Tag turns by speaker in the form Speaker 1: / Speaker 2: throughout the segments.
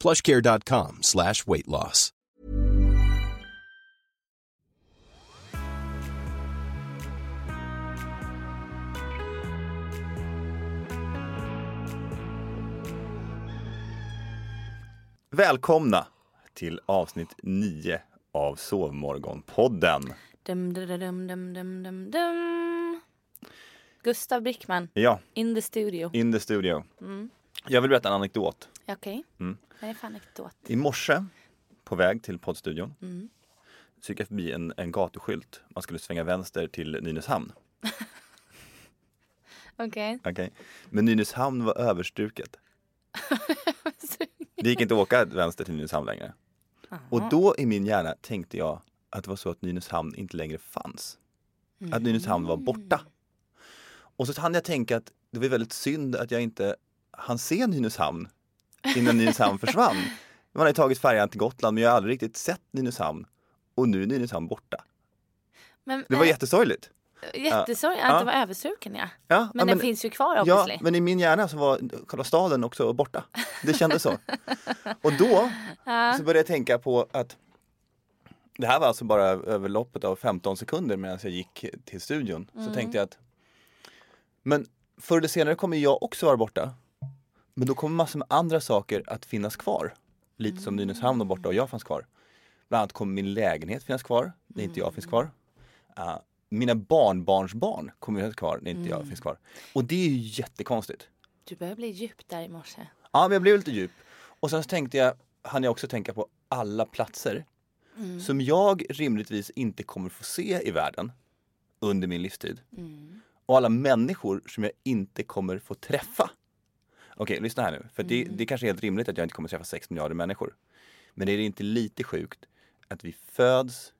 Speaker 1: plushcare.com slash weight loss.
Speaker 2: Välkomna till avsnitt 9 av Sovmorgonpodden.
Speaker 3: Dum, dum, dum, dum, dum, dum, dum. Gustav Brickman,
Speaker 2: Ja,
Speaker 3: in the studio.
Speaker 2: in the studio. Jag vill berätta en anekdot.
Speaker 3: Ja, Okej.
Speaker 2: Mm.
Speaker 3: Det är fan anekdot.
Speaker 2: I morse, på väg till poddstudion, så gick jag förbi en, en gatuskylt. Man skulle svänga vänster till Nynäshamn.
Speaker 3: Okej.
Speaker 2: Okej. Men Nynäshamn var överstruket. Det gick inte att åka vänster till Nynäshamn längre. Och då i min hjärna tänkte jag att det var så att Nynäshamn inte längre fanns. Att Nynäshamn var borta. Och så hann jag tänka att det var väldigt synd att jag inte hann se Nynäshamn innan Nynäshamn försvann. Man har ju tagit färjan till Gotland men jag har aldrig riktigt sett Nynäshamn. Och nu är Nynäshamn borta.
Speaker 3: Men
Speaker 2: Det var
Speaker 3: eh,
Speaker 2: jättesorgligt.
Speaker 3: jättesorgligt att
Speaker 2: Ja.
Speaker 3: det var överstruken ja.
Speaker 2: Ja, ja,
Speaker 3: Men den finns ju kvar
Speaker 2: Ja,
Speaker 3: obviously.
Speaker 2: men i min hjärna så var själva staden också borta. Det kändes så. Och då så började jag tänka på att det här var alltså bara över loppet av 15 sekunder medan jag gick till studion. Så tänkte jag att men förr eller senare kommer jag också vara borta. Men då kommer massor med andra saker att finnas kvar. Lite som Nynäshamn var borta och jag fanns kvar. Bland annat kommer min lägenhet finnas kvar när inte jag finns kvar. Ah, mina barnbarnsbarn kommer finnas kvar när inte jag finns kvar. Och det är ju jättekonstigt.
Speaker 3: Du börjar bli djup där i morse.
Speaker 2: Ja, men jag blev lite djup. Och sen så tänkte jag, hann jag också tänka på alla platser som jag rimligtvis inte kommer få se i världen under min livstid. Och alla människor som jag inte kommer få träffa. Okej, lyssna här nu. För det, det är kanske är helt rimligt att jag inte kommer träffa 6 miljarder människor. Men är det inte lite sjukt att vi föds,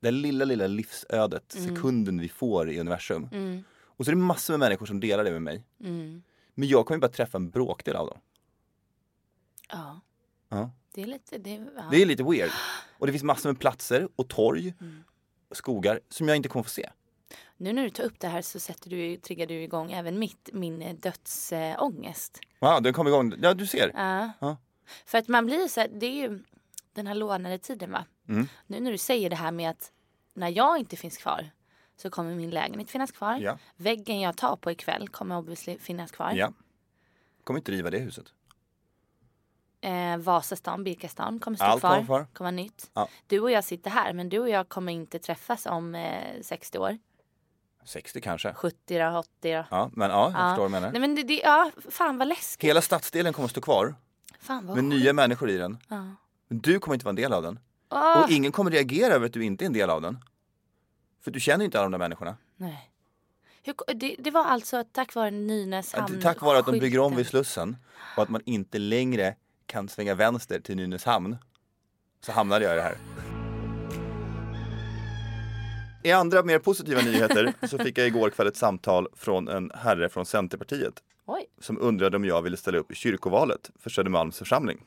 Speaker 2: det lilla, lilla livsödet, sekunden vi får i universum. Och så är det massor med människor som delar det med mig.
Speaker 3: Mm.
Speaker 2: Men jag kommer ju bara träffa en bråkdel av dem.
Speaker 3: Ja.
Speaker 2: Ja.
Speaker 3: Det är lite... Det, är- ja.
Speaker 2: Det är lite weird. Och det finns massor med platser och torg, skogar som jag inte kommer få se.
Speaker 3: Nu när du tar upp det här så sätter du, triggar du igång även mitt, min eh, dödsångest.
Speaker 2: Ja, den kom igång. Ja, du ser.
Speaker 3: Ja.
Speaker 2: Ja.
Speaker 3: För att man blir så här, det är ju den här lånade tiden va.
Speaker 2: Mm.
Speaker 3: Nu när du säger det här med att när jag inte finns kvar så kommer min lägenhet finnas kvar.
Speaker 2: Ja.
Speaker 3: Väggen jag tar på ikväll kommer obviously finnas kvar.
Speaker 2: Ja. Kommer inte riva det huset.
Speaker 3: Eh, Vasastan, Birkastan kommer stå
Speaker 2: Allt
Speaker 3: kvar.
Speaker 2: kommer kvar.
Speaker 3: Kommer vara nytt.
Speaker 2: Ja.
Speaker 3: Du och jag sitter här men du och jag kommer inte träffas om eh, 60 år.
Speaker 2: 60 kanske.
Speaker 3: 70 då, 80 då. Ja.
Speaker 2: Ja, men ja, jag förstår vad du menar.
Speaker 3: Nej men det, det, ja, fan vad läskigt.
Speaker 2: Hela stadsdelen kommer att stå kvar
Speaker 3: Fan vad
Speaker 2: med nya människor i den. Men du kommer inte vara en del av den.
Speaker 3: Ah.
Speaker 2: Och ingen kommer reagera över att du inte är en del av den. För du känner ju inte alla de där människorna.
Speaker 3: Nej. Hur, det, det var alltså tack vare Nynäshamn.
Speaker 2: Tack vare att de bygger om vid Slussen och att man inte längre kan svänga vänster till Nynäshamn så hamnade jag i det här. I andra mer positiva nyheter så fick jag igår kväll ett samtal från en herre från Centerpartiet
Speaker 3: Oj.
Speaker 2: som undrade om jag ville ställa upp i kyrkovalet för Södermalms församling.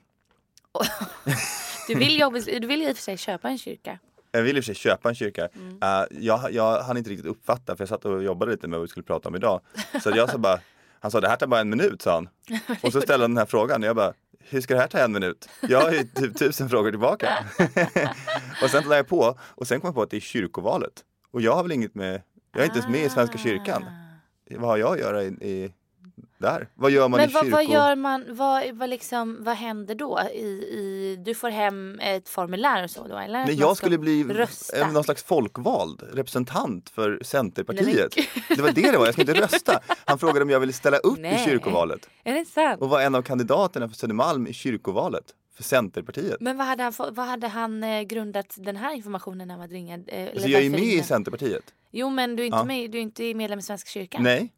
Speaker 3: Du vill, jobba, du vill i och för sig köpa en kyrka.
Speaker 2: Jag vill i och för sig köpa en kyrka.
Speaker 3: Mm.
Speaker 2: Eh, jag, jag hann inte riktigt uppfatta för jag satt och jobbade lite med vad vi skulle prata om idag. Så jag sa bara, han sa det här tar bara en minut sa han. Och så ställde han den här frågan och jag bara, hur ska det här ta en minut? Jag har ju typ tusen frågor tillbaka. och sen la jag på och sen kom jag på att det är
Speaker 3: Ah.
Speaker 2: kyrkovalet. Och jag har väl inget med, jag är inte ens med i Svenska kyrkan. Vad har jag att göra i, i där. Vad gör man
Speaker 3: Men
Speaker 2: i
Speaker 3: vad,
Speaker 2: kyrkor?
Speaker 3: vad gör man, vad, vad, liksom, vad händer då? I, i, du får hem ett formulär och så då eller?
Speaker 2: Nej,
Speaker 3: Man
Speaker 2: jag
Speaker 3: ska
Speaker 2: skulle bli
Speaker 3: rösta.
Speaker 2: eh, någon slags folkvald representant för
Speaker 3: Nej,
Speaker 2: Centerpartiet.
Speaker 3: men
Speaker 2: Det var det det var, jag skulle inte rösta. Han frågade om jag ville ställa upp i
Speaker 3: Nej.
Speaker 2: kyrkovalet
Speaker 3: Är det sant?
Speaker 2: och var en av kandidaterna för Södermalm i kyrkovalet för Centerpartiet.
Speaker 3: Men vad hade han, få- vad hade han eh, grundat den här informationen när man ringade? Eh, eller
Speaker 2: Så Alltså, jag är ju
Speaker 3: varför
Speaker 2: med i
Speaker 3: ringde?
Speaker 2: Centerpartiet.
Speaker 3: Jo men du är inte,
Speaker 2: Ja.
Speaker 3: med, du är inte medlem i Svenska kyrkan?
Speaker 2: Nej,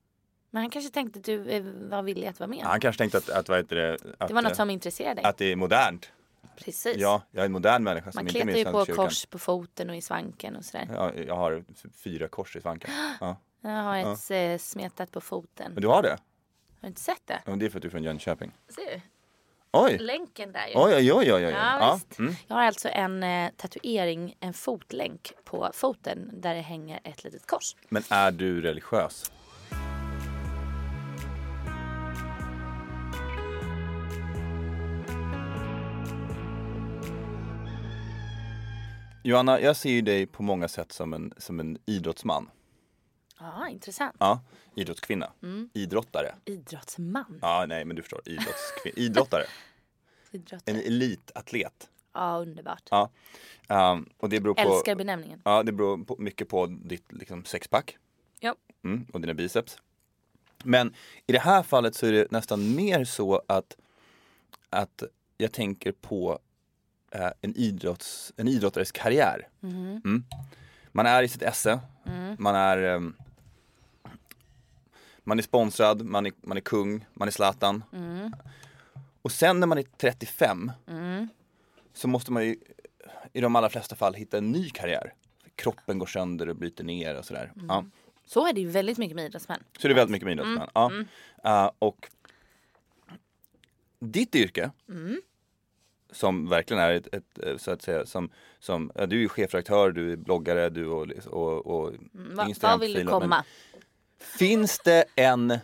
Speaker 3: Men han kanske tänkte att du eh, var villig att vara med?
Speaker 2: han kanske tänkte att, att, vad heter det, att,
Speaker 3: det var något
Speaker 2: eh,
Speaker 3: som intresserade dig?
Speaker 2: att det är modernt.
Speaker 3: Precis.
Speaker 2: Ja, jag är en modern människa som
Speaker 3: man
Speaker 2: inte är
Speaker 3: kletar
Speaker 2: med i
Speaker 3: ju på
Speaker 2: Svenska kyrkan.
Speaker 3: kors på foten och i svanken och sådär.
Speaker 2: Ja, jag har f- fyra kors i svanken. Ja.
Speaker 3: Jag har ett eh, smetat på foten.
Speaker 2: Men du har det?
Speaker 3: Har du inte sett det?
Speaker 2: Ja, men det är för att du är från Jönköping.
Speaker 3: Ser
Speaker 2: Oj!
Speaker 3: du? Länken där ju.
Speaker 2: Oj, oj, oj, oj, oj.
Speaker 3: Ja,
Speaker 2: Ja. Mm.
Speaker 3: visst. Jag har alltså en eh, tatuering, en fotlänk på foten där det hänger ett litet kors.
Speaker 2: Men är du religiös? Johanna, jag ser ju dig på många sätt som en, som en idrottsman.
Speaker 3: Ja, intressant.
Speaker 2: Ja, idrottskvinna. Idrottare.
Speaker 3: Idrottsman.
Speaker 2: Ja, nej, men du förstår. Idrottskvinna. Idrottare. En
Speaker 3: Idrottare.
Speaker 2: elitatlet.
Speaker 3: Ja, underbart.
Speaker 2: Ja. Ehm, och det beror på...
Speaker 3: Älskar benämningen.
Speaker 2: Ja, det beror på, mycket på ditt liksom, sexpack
Speaker 3: Ja.
Speaker 2: mm, och dina biceps. Men i det här fallet så är det nästan mer så att, att jag tänker på eh, en, idrotts, en idrottares karriär. Mm. Man är i sitt esse, man är ehm, man är sponsrad, man är, man är kung, man är Zlatan. Och sen när man är 35 så måste man ju i de allra flesta fall hitta en ny karriär. Kroppen går sönder och bryter ner och sådär. Ja.
Speaker 3: Så är det ju väldigt mycket med idrottsmän.
Speaker 2: Så det är väldigt mycket med
Speaker 3: Mm.
Speaker 2: idrottsmän. Ja. Eh, och ditt yrke,
Speaker 3: Mm.
Speaker 2: som verkligen är ett, ett eh, så att säga, som, som ja, du är ju chefredaktör, du är bloggare, du och, och, och
Speaker 3: Va, Mm, vad vill
Speaker 2: Instagram-profil,
Speaker 3: du
Speaker 2: men
Speaker 3: komma?
Speaker 2: Finns det en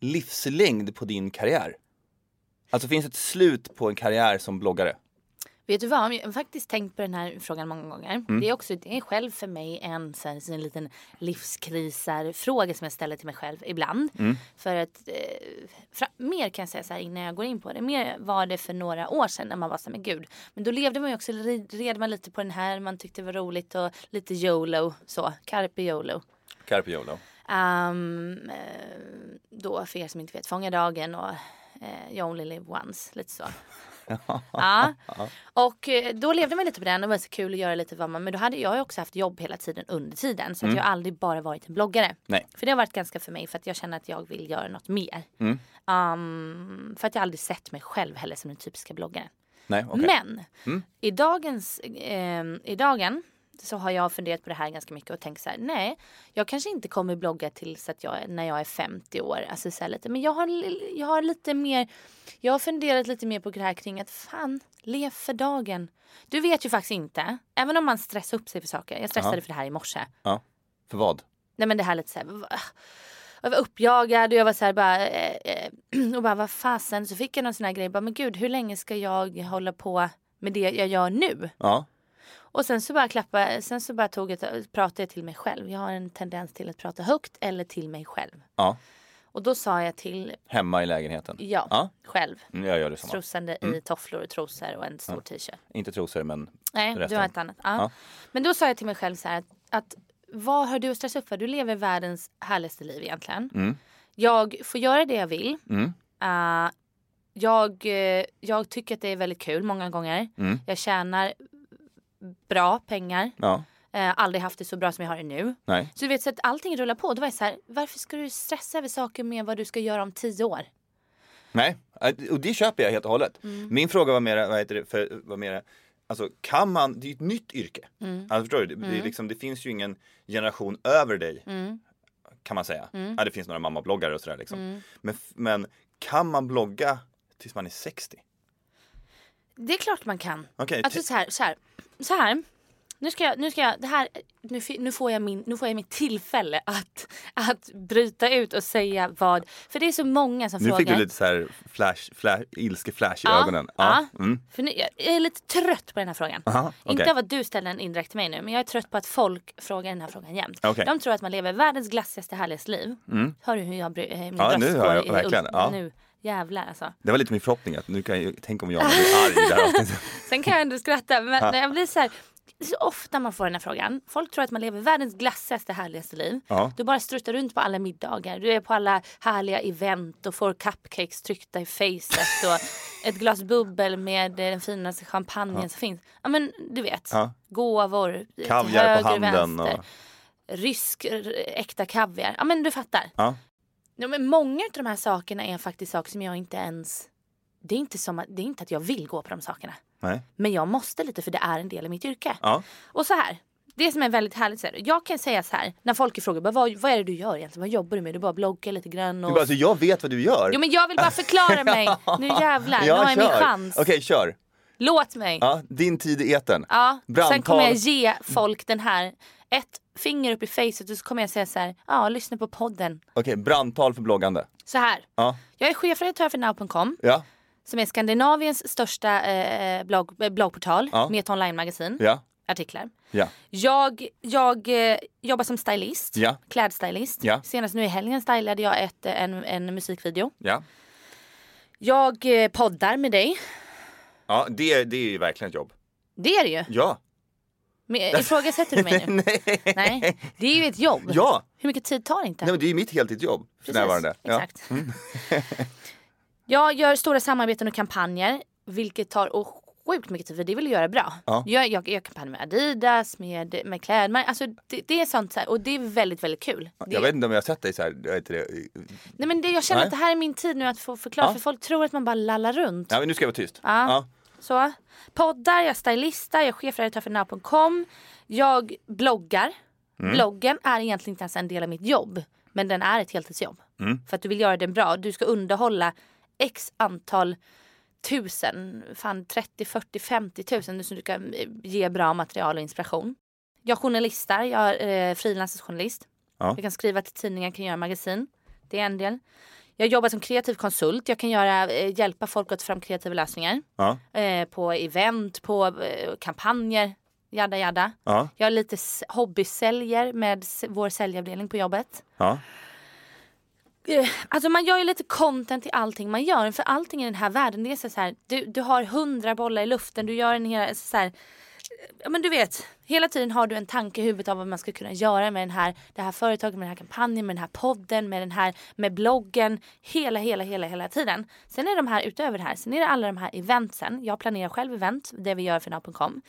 Speaker 2: livslängd på din karriär? Alltså finns ett slut på en karriär som bloggare?
Speaker 3: Vet du vad, jag har faktiskt tänkt på den här frågan många gånger. Det är också, det är själv för mig en, så här, en liten livskrisarfråga som jag ställer till mig själv ibland. För att, eh, fra, mer kan jag säga så här innan jag går in på det, mer var det för några år sedan när man var så här, men gud. Men då levde man ju också, ri- red man lite på den här, man tyckte det var roligt och lite YOLO så, carpe YOLO.
Speaker 2: Carpe Jolo.
Speaker 3: Ehm, eh, då för er som inte vet, Fånga dagen och eh, You only live once. Lite så. ja. Och eh, då levde man lite på den och det var så kul att göra lite vad man... Men då hade jag ju också haft jobb hela tiden under tiden. Så att jag har aldrig bara varit en bloggare.
Speaker 2: Nej.
Speaker 3: För det har varit ganska för mig för att jag känner att jag vill göra något mer. Ehm, för att jag aldrig sett mig själv heller som den typiska bloggaren.
Speaker 2: Nej, okej.
Speaker 3: Men i, dagens, eh, i dagen så har jag funderat på det här ganska mycket och tänkt så här, nej, jag kanske inte kommer blogga tills att jag, när jag är 50 år. Alltså så här lite, men jag har, li- jag har lite mer, jag har funderat lite mer på det här kring att fan, lev för dagen. Du vet ju faktiskt inte, även om man stressar upp sig för saker. Jag stressade för det här i morse.
Speaker 2: Ja. För vad?
Speaker 3: Nej men det här lite så här, va- jag var uppjagad och jag var så här bara, eh, eh, och bara vad fasen. Så fick jag någon sån här grej, bara men gud hur länge ska jag hålla på med det jag gör nu?
Speaker 2: Ja.
Speaker 3: Och sen så bara klappa, sen så bara tog jag, pratade jag till mig själv. Jag har en tendens till att prata högt eller till mig själv.
Speaker 2: ja.
Speaker 3: Och då sa jag till,
Speaker 2: Hemma i lägenheten?
Speaker 3: ja,
Speaker 2: Ja.
Speaker 3: själv.
Speaker 2: Mm, Jag gör detsamma.
Speaker 3: Strosande i tofflor och trosor och en stor t-shirt.
Speaker 2: Inte trosor men
Speaker 3: Nej, du
Speaker 2: resten.
Speaker 3: har ett annat. Ja. Men då sa jag till mig själv så här att, att vad har du att stressa upp för? Du lever världens härligaste liv egentligen. Jag får göra det jag vill. Eh, jag, eh, jag tycker att det är väldigt kul många gånger. Jag tjänar bra pengar.
Speaker 2: Ja.
Speaker 3: Eh, aldrig haft det så bra som jag har det nu.
Speaker 2: Nej.
Speaker 3: Så du vet så att allting rullar på. Då var jag så här, varför ska du stressa över saker med vad du ska göra om tio år?
Speaker 2: Nej. Eh, Och det köper jag helt och hållet.
Speaker 3: Mm.
Speaker 2: Min fråga var mera, vad heter det, för, var mera Alltså kan man, det är ju ett nytt yrke.
Speaker 3: Mm.
Speaker 2: Alltså förstår du? Det, det, är liksom, det finns ju ingen generation över dig.
Speaker 3: Mm.
Speaker 2: Kan man säga. Ja, det finns några mammabloggare och sådär liksom.
Speaker 3: Mm.
Speaker 2: Men, f- men kan man blogga tills man är 60?
Speaker 3: Det är klart man kan.
Speaker 2: Okej,
Speaker 3: alltså
Speaker 2: ti-
Speaker 3: så här, så här, så här. Nu ska jag, nu ska jag, det här, nu, fi- nu får jag min, nu får jag mitt tillfälle att, att bryta ut och säga vad. För det är så många som
Speaker 2: Nu
Speaker 3: frågar.
Speaker 2: fick du lite så här flash, flash, ilske-flash i ögonen.
Speaker 3: Ja,
Speaker 2: Ja. Mm.
Speaker 3: för nu, jag är lite trött på den här frågan.
Speaker 2: Aha, okej.
Speaker 3: Inte av att du ställer den indirekt till mig nu, men jag är trött på att folk frågar den här frågan jämt.
Speaker 2: Okej. Mm.
Speaker 3: De tror att man lever världens glassigaste, härligaste liv. Hör du hur jag bry- eh, min
Speaker 2: Ja,
Speaker 3: röst
Speaker 2: nu hör
Speaker 3: går
Speaker 2: jag
Speaker 3: i- i
Speaker 2: verkligen.
Speaker 3: ull-
Speaker 2: Ja.
Speaker 3: Nu jävlar alltså.
Speaker 2: Det var lite min förhoppning att nu kan jag, tänk om jag blir arg i det här avsnittet.
Speaker 3: Sen kan jag ändå skratta, men när jag blir så här. Så ofta man får den här frågan. Folk tror att man lever världens glassigaste, härligaste liv.
Speaker 2: Ja.
Speaker 3: Du bara struttar runt på alla middagar. Du är på alla härliga event och får cupcakes tryckta i facet och ett glas bubbel med eh, den finaste champagnen som finns. Ja, men du vet.
Speaker 2: Ja.
Speaker 3: Gåvor till
Speaker 2: Kaviar på
Speaker 3: höger,
Speaker 2: handen
Speaker 3: vänster.
Speaker 2: och...
Speaker 3: Rysk r- äkta kaviar. Ja, men du fattar.
Speaker 2: Ja.
Speaker 3: Ja, men många av de här sakerna är faktiskt saker som jag inte ens... Det är inte, som att, det är inte att jag vill gå på de sakerna.
Speaker 2: Nej.
Speaker 3: Men jag måste lite för det är en del i mitt yrke.
Speaker 2: Ja.
Speaker 3: Och så här. Det som är väldigt härligt, så här, jag kan säga så här när folk frågar bara, vad, vad är det du gör egentligen, vad jobbar du med? Du bara bloggar lite grann
Speaker 2: Du
Speaker 3: och...
Speaker 2: bara, alltså, jag vet vad du gör.
Speaker 3: Jo men jag vill bara förklara mig. Nu jävlar, nu har jag min
Speaker 2: kör.
Speaker 3: chans.
Speaker 2: Okej, kör.
Speaker 3: Låt mig. Ja.
Speaker 2: Ja, din tid i etern.
Speaker 3: Sen kommer jag
Speaker 2: Brandtal.
Speaker 3: ge folk den här, ett finger upp i facet och så kommer jag säga så här, ja lyssna på podden.
Speaker 2: Okej, brandtal för bloggande.
Speaker 3: Så här.
Speaker 2: Ja.
Speaker 3: Jag är chefredaktör för now.com
Speaker 2: Ja,
Speaker 3: som är Skandinaviens största eh, blogg, eh, bloggportal
Speaker 2: Ja.
Speaker 3: med ett online-magasin,
Speaker 2: ja,
Speaker 3: artiklar.
Speaker 2: ja.
Speaker 3: Jag, jag eh, jobbar som stylist,
Speaker 2: Ja.
Speaker 3: klädstylist.
Speaker 2: Ja.
Speaker 3: Senast nu i helgen stylade jag ett, eh, en, en musikvideo.
Speaker 2: ja.
Speaker 3: Jag eh, poddar med dig.
Speaker 2: Ja, det, det är ju verkligen ett jobb.
Speaker 3: Det är det ju.
Speaker 2: Ja.
Speaker 3: Men, eh, ifrågasätter du mig nu?
Speaker 2: Nej.
Speaker 3: Nej. Det är ju ett jobb.
Speaker 2: Ja.
Speaker 3: Hur mycket tid tar det inte?
Speaker 2: Nej, men det är ju mitt heltidsjobb för närvarande. Ja. Mm.
Speaker 3: Exakt. jag gör stora samarbeten och kampanjer, vilket tar oh, sjukt mycket tid, för det vill jag göra bra.
Speaker 2: Ja.
Speaker 3: Jag, jag, jag gör kampanjer med Adidas, med, med klädmärken. Alltså, det, det är sånt så här, och det är väldigt, väldigt kul. Det,
Speaker 2: Jag vet inte om jag har sett dig så här. Jag, vet inte det.
Speaker 3: nej, men det, jag känner
Speaker 2: Nej.
Speaker 3: att det här är min tid nu att få förklara, för folk tror att man bara lallar runt.
Speaker 2: Ja, men nu ska jag vara tyst.
Speaker 3: Ja. Så, poddar, jag är stylistar, jag är chefredaktör för now.com. Jag bloggar. Bloggen är egentligen inte ens en del av mitt jobb. Men den är ett heltidsjobb. För att du vill göra den bra. Du ska underhålla x antal tusen, fan 30, 40, 50 tusen så du kan eh, ge bra material och inspiration. Jag journalistar, jag är eh, frilansjournalist.
Speaker 2: Ja.
Speaker 3: Jag kan skriva till tidningar, kan göra magasin. Det är en del. Jag jobbar som kreativ konsult. Jag kan göra, eh, hjälpa folk att ta fram kreativa lösningar
Speaker 2: Ja.
Speaker 3: eh, på event, på eh, kampanjer, jada jada.
Speaker 2: Ja.
Speaker 3: Jag är lite s- hobbysäljer med s- vår säljavdelning på jobbet.
Speaker 2: Ja.
Speaker 3: Eh, Alltså man gör ju lite content till allting man gör. För allting i den här världen, det är så här, du, du har hundra bollar i luften, du gör en hela, så här, ja men du vet, hela tiden har du en tanke i huvudet av vad man ska kunna göra med den här, det här företaget, med den här kampanjen, med den här podden, med den här, med bloggen. Hela, hela, hela, hela tiden. Sen är de här utöver det här, sen är det alla de här eventsen. Jag planerar själv event, det vi gör för Nav.com.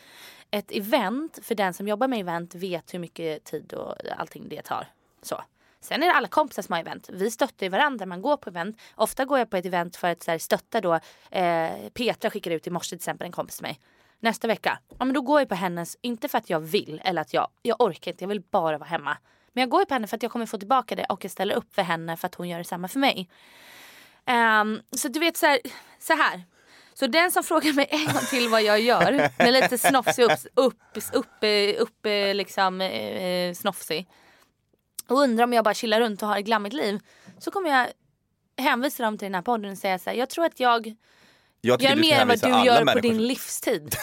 Speaker 3: Ett event, för den som jobbar med event vet hur mycket tid och allting det tar. Så. Sen är det alla kompisar som har event. Vi stöttar ju varandra. Man går på event. Ofta går jag på ett event för att så här, stötta då. Eh, Petra skickade ut i morse till exempel en kompis till mig. Nästa vecka, ja men då går jag på hennes, inte för att jag vill eller att jag, jag orkar inte, jag vill bara vara hemma. Men jag går ju på henne för att jag kommer få tillbaka det och jag ställer upp för henne för att hon gör detsamma för mig. Ehm, så du vet så här, så här. Så den som frågar mig en gång till vad jag gör, med lite snofsig upp, upp, upp, upp eh, liksom eh, snofsig och undrar om jag bara chillar runt och har ett glammigt liv så kommer jag hänvisa dem till den här podden och säga så här, jag tror att jag
Speaker 2: Jag tycker
Speaker 3: gör
Speaker 2: du ska
Speaker 3: mer än vad
Speaker 2: hänvisa
Speaker 3: du
Speaker 2: alla
Speaker 3: gör på
Speaker 2: människor
Speaker 3: din
Speaker 2: till-
Speaker 3: livstid.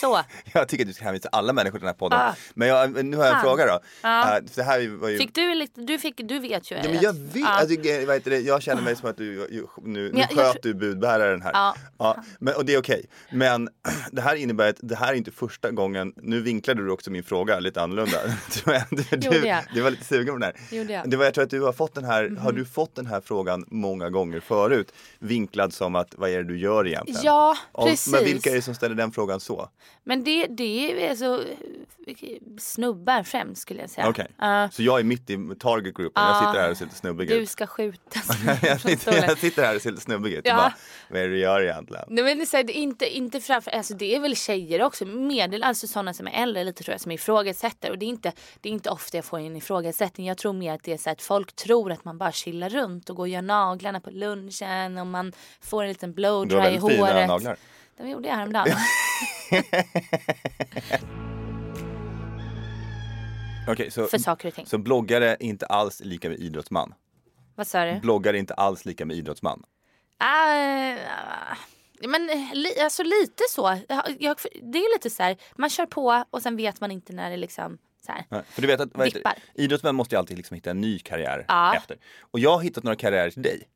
Speaker 3: Så,
Speaker 2: Jag tycker att du ska hänvisa alla människor till den här podden.
Speaker 3: Ah.
Speaker 2: Men jag, nu har jag en
Speaker 3: Fan.
Speaker 2: fråga då.
Speaker 3: Ja.
Speaker 2: Eh, för det här var ju...
Speaker 3: fick du lite, du, fick, du vet ju.
Speaker 2: Ja, men
Speaker 3: att-
Speaker 2: jag vet,
Speaker 3: Ja.
Speaker 2: alltså, jag, vet inte, jag känner mig som att du, ju- nu, nu
Speaker 3: jag-
Speaker 2: sköt
Speaker 3: jag
Speaker 2: du budbäraren här.
Speaker 3: Ja.
Speaker 2: men, och det är okej. Men det här innebär att det här är inte första gången, nu vinklade du också min fråga lite annorlunda. Tror jag. du,
Speaker 3: Gjorde
Speaker 2: du,
Speaker 3: jag?
Speaker 2: du var lite sugen på den här.
Speaker 3: Gjorde jag? Mhm.
Speaker 2: Det var, jag tror att du har fått den här, har du fått den här frågan många gånger förut? Vinklad som att vad är det du gör egentligen?
Speaker 3: Ja,
Speaker 2: Och- Men
Speaker 3: precis.
Speaker 2: vilka är det som ställer den frågan så?
Speaker 3: Men det, det är så eh, snubbar främst skulle jag säga.
Speaker 2: Okej,
Speaker 3: Ja.
Speaker 2: så jag är mitt i target group och jag sitter här och ser lite snubbig
Speaker 3: du
Speaker 2: ut.
Speaker 3: ska skjutas.
Speaker 2: Jag sitter, jag sitter här och ser lite snubbig ut
Speaker 3: Ja.
Speaker 2: och bara, vad är det du gör egentligen?
Speaker 3: Nej men det är så här, det är inte, inte framför, alltså det är väl tjejer också, medel, alltså sådana som är äldre lite tror jag som ifrågasätter och det är inte, det är inte ofta jag får en ifrågasättning. Jag tror mer att det är så här att folk tror att man bara chillar runt och går och gör naglarna på lunchen och man får en liten
Speaker 2: Du har
Speaker 3: blowdry i
Speaker 2: väldigt fina
Speaker 3: håret.
Speaker 2: naglar.
Speaker 3: De gjorde jag häromdagen.
Speaker 2: Okej, så,
Speaker 3: för saker och ting.
Speaker 2: så bloggare är inte alls lika med idrottsman?
Speaker 3: Vad sa du?
Speaker 2: Bloggare är inte alls lika med idrottsman?
Speaker 3: Ah, ah, men eh, li, alltså lite så. Jag, jag, det är ju lite så här, man kör på och sen vet man inte när det liksom så här.
Speaker 2: Nej, Eh, För du vet att vad heter det?
Speaker 3: Dippar.
Speaker 2: idrottsmän måste ju alltid liksom hitta en ny karriär
Speaker 3: Ja.
Speaker 2: efter. Och jag har hittat några karriärer till dig.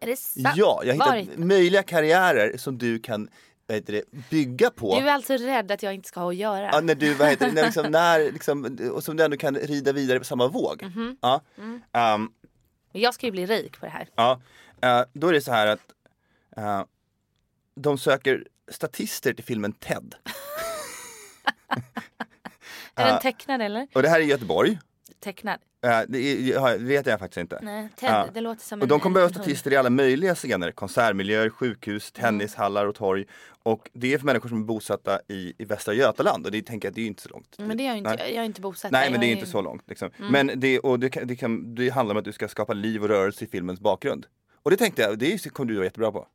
Speaker 3: Är det sant?
Speaker 2: Ja, jag har
Speaker 3: Var
Speaker 2: hittat möjliga karriärer som du kan vad heter det, bygga på.
Speaker 3: Du är alltså rädd att jag inte ska ha att göra?
Speaker 2: Ja, när du, vad heter det, när liksom, när, liksom, och som du ändå kan rida vidare på samma våg.
Speaker 3: Mhm.
Speaker 2: Ja.
Speaker 3: Mm.
Speaker 2: Ehm,
Speaker 3: Men Jag ska ju bli rik på det här.
Speaker 2: ja. Eh, då är det så här att eh, de söker statister till filmen Ted.
Speaker 3: Är den tecknad eller?
Speaker 2: Och det här är i Göteborg.
Speaker 3: Tecknad?
Speaker 2: Eh, det, är, jag har- det vet jag faktiskt inte.
Speaker 3: Nej, Ted,
Speaker 2: Ja.
Speaker 3: det låter som
Speaker 2: Och de kommer behöva
Speaker 3: en hund.
Speaker 2: statister i alla möjliga scener. Konsertmiljöer, sjukhus,
Speaker 3: Mm.
Speaker 2: tennishallar och torg. Och det är för människor som är bosatta i, i Västra Götaland. Och det tänker jag, det är ju inte så långt.
Speaker 3: Men det Mm. är jag ju inte,
Speaker 2: Nej.
Speaker 3: jag är ju inte bosatt där.
Speaker 2: Nej men
Speaker 3: Jag
Speaker 2: det är
Speaker 3: har
Speaker 2: inte
Speaker 3: ju-
Speaker 2: så långt. Liksom. Men det, och det, kan, det, kan, det handlar om att du ska skapa liv och rörelse i filmens bakgrund. Och det tänkte jag, det är- kommer du vara jättebra på.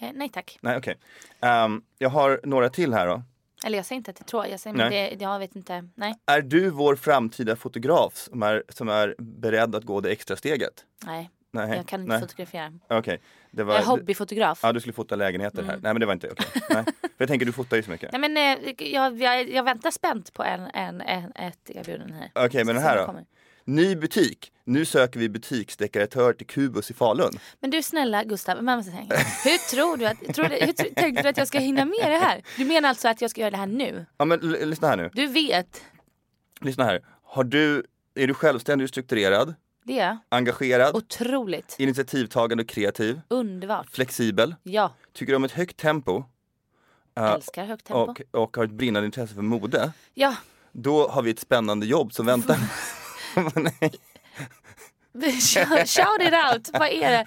Speaker 3: Eh, Nej tack.
Speaker 2: Nej okej. Ehm, jag har några till här då.
Speaker 3: Eller jag säger inte att det är tråkigt, jag säger men
Speaker 2: Nej.
Speaker 3: det, jag vet inte. Nej.
Speaker 2: Är du vår framtida fotograf som är, som är beredd att gå det extra steget?
Speaker 3: Nej.
Speaker 2: Nej,
Speaker 3: Jag kan inte
Speaker 2: nej.
Speaker 3: fotografera.
Speaker 2: Okej. Det var...
Speaker 3: Jag Mm. är hobbyfotograf.
Speaker 2: Ja, du skulle fota lägenheter här. Nej men det var inte okej. Nej. För jag tänker du fotar ju så mycket.
Speaker 3: Nej, men, eh, jag, jag, jag väntar spänt på en, en, en, ett erbjudande här.
Speaker 2: Okej, men den här
Speaker 3: Som
Speaker 2: då?
Speaker 3: kommer.
Speaker 2: Ny butik. Nu söker vi butiksdekoratör till Kubus i Falun.
Speaker 3: Men du snälla Gustav, men jag måste tänka. hur tror du att, tror du, hur tr- tänkte du att jag ska hinna med det här? Du menar alltså att jag ska göra det här nu?
Speaker 2: Ja men l- lyssna här nu.
Speaker 3: Du vet
Speaker 2: Lyssna här. Har du, är du självständig och strukturerad?
Speaker 3: det? är
Speaker 2: Engagerad?
Speaker 3: Otroligt
Speaker 2: initiativtagande och kreativ,
Speaker 3: underbart.
Speaker 2: flexibel,
Speaker 3: Ja,
Speaker 2: tycker om ett högt tempo, eh,
Speaker 3: älskar högt tempo.
Speaker 2: och, och har ett brinnande intresse för mode.
Speaker 3: Ja,
Speaker 2: Då har vi ett spännande jobb som väntar. Nej,
Speaker 3: shout it out. Vad är det?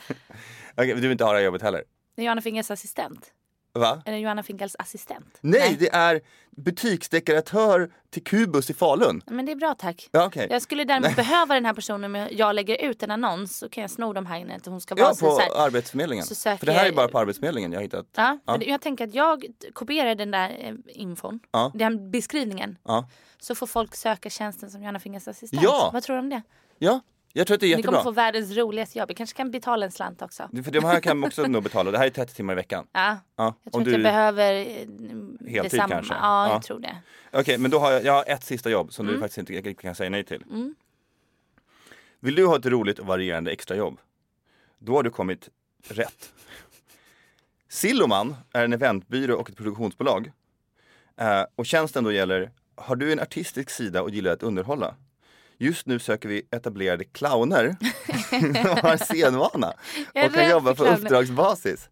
Speaker 2: okej, du vill inte ha det här jobbet heller?
Speaker 3: Det är Johanna Finkels assistent.
Speaker 2: Va?
Speaker 3: Eller Johanna Finkels assistent.
Speaker 2: Nej, det är butiksdekoratör till Kubus i Falun.
Speaker 3: Men det är bra tack.
Speaker 2: Ja, okej.
Speaker 3: Jag skulle däremot behöva den här personen men jag lägger ut en annons så kan jag sno de här innan hon ska vara
Speaker 2: Ja,
Speaker 3: så,
Speaker 2: på
Speaker 3: så här.
Speaker 2: Arbetsförmedlingen.
Speaker 3: så söker
Speaker 2: För det här är
Speaker 3: jag-
Speaker 2: bara på Arbetsförmedlingen jag har hittat.
Speaker 3: Ja, för det- Jag tänker att jag t- kopierar den där eh, infon,
Speaker 2: Ja.
Speaker 3: den beskrivningen.
Speaker 2: Ja.
Speaker 3: Så får folk söka tjänsten som Johanna Fingers assistent.
Speaker 2: Ja!
Speaker 3: Vad tror du om det?
Speaker 2: ja, jag tror att det är
Speaker 3: Ni kommer
Speaker 2: jättebra.
Speaker 3: få världens roligaste jobb. Vi kanske kan betala en slant också.
Speaker 2: För de här kan man också nog betala. Det här är 30 timmar i veckan.
Speaker 3: Ja.
Speaker 2: Ja,
Speaker 3: Jag
Speaker 2: om
Speaker 3: tror att
Speaker 2: du-
Speaker 3: jag behöver eh,
Speaker 2: Heltid
Speaker 3: detsamma.
Speaker 2: kanske?
Speaker 3: Ja, jag
Speaker 2: Ja.
Speaker 3: tror det.
Speaker 2: Okej, men då har jag, jag har ett sista jobb som
Speaker 3: Mm.
Speaker 2: du faktiskt inte riktigt kan säga nej till. Vill du ha ett roligt och varierande extrajobb? Då har du kommit rätt. Silloman är en eventbyrå och ett produktionsbolag. Eh, och tjänsten då gäller, har du en artistisk sida och gillar att underhålla? Just nu söker vi etablerade clowner som har scenvana
Speaker 3: Jag är
Speaker 2: och kan
Speaker 3: rädd
Speaker 2: jobba
Speaker 3: för
Speaker 2: på
Speaker 3: clowner.
Speaker 2: uppdragsbasis.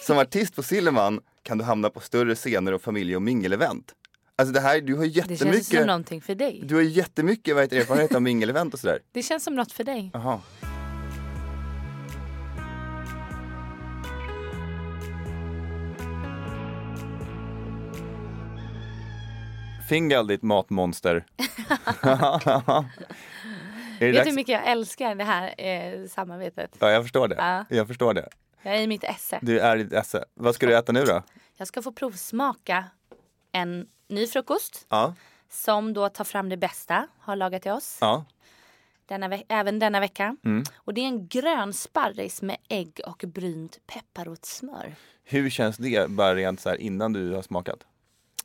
Speaker 2: Som artist på Silloman kan du hamna på större scener och familje och mingelevent. Alltså det här, du har
Speaker 3: Det känns
Speaker 2: jättemycket,
Speaker 3: som någonting för dig.
Speaker 2: du har jättemycket vad heter, det, erfarenhet av mingelevent och sådär.
Speaker 3: Det känns som något för dig.
Speaker 2: Jaha. Fingal ditt matmonster. är det
Speaker 3: Vet du
Speaker 2: dags?
Speaker 3: hur mycket jag älskar det här eh, samarbetet?
Speaker 2: Ja, jag förstår det.
Speaker 3: Ja.
Speaker 2: Jag förstår det.
Speaker 3: Jag är i mitt esse.
Speaker 2: Du är i ett esse. Vad ska du äta nu då?
Speaker 3: Jag ska få provsmaka en ny frukost
Speaker 2: Ja.
Speaker 3: som då tar fram det bästa har lagat till oss.
Speaker 2: Ja.
Speaker 3: denna ve- även denna vecka.
Speaker 2: Mm.
Speaker 3: Och det är en grön sparris med ägg och brynt pepparrotssmör.
Speaker 2: Hur känns det bara rent så här innan du har smakat?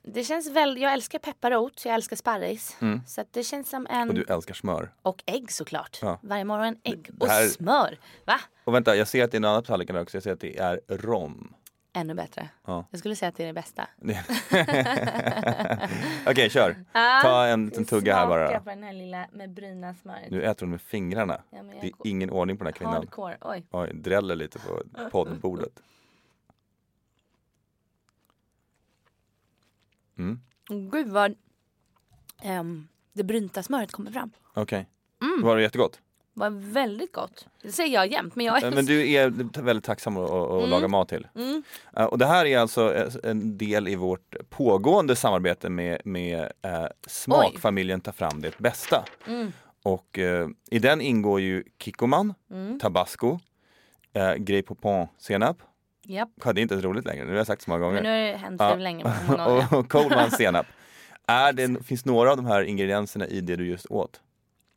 Speaker 3: Det känns väl, jag älskar pepparrot, jag älskar sparris. Så att det känns som en,
Speaker 2: Mm. Och
Speaker 3: och,
Speaker 2: du älskar smör.
Speaker 3: ägg såklart.
Speaker 2: Ja.
Speaker 3: Varje morgon ägg
Speaker 2: det här-
Speaker 3: och smör. Va?
Speaker 2: Och vänta, jag ser att det är en annan på tallriken också. Jag ser att det är rom.
Speaker 3: Ännu bättre.
Speaker 2: Ja.
Speaker 3: Jag skulle säga att det är det bästa.
Speaker 2: Okej, kör. Ta en liten tugga här bara.
Speaker 3: Smaka på den här lilla med bryna smöret.
Speaker 2: Nu äter hon med fingrarna.
Speaker 3: Ja, men jag
Speaker 2: det är
Speaker 3: går-
Speaker 2: ingen ordning på den här kvinnan.
Speaker 3: Hardcore, oj.
Speaker 2: Oj, dräller lite på poddbordet.
Speaker 3: Gud vad ehm, det brynta smöret kommer fram.
Speaker 2: Okej. Var det jättegott?
Speaker 3: Var väldigt gott. Det säger jag jämt men jag
Speaker 2: Eh, Men du är t- väldigt tacksam att, att, att
Speaker 3: Mm.
Speaker 2: laga mat till. Eh, Och det här är alltså eh, en del i vårt pågående samarbete med, med eh, Smakfamiljen Ta fram det bästa.
Speaker 3: Mm.
Speaker 2: Och eh, i den ingår ju Kikkoman,
Speaker 3: Mm.
Speaker 2: Tabasco, eh, Grey Poupon senap.
Speaker 3: Japp.
Speaker 2: Ja, det är inte ens roligt längre, nu har jag sagt så många gånger.
Speaker 3: Men nu har det hänt för länge. men Många år.
Speaker 2: och, och Coleman senap. Är det, finns några av de här ingredienserna i det du just åt?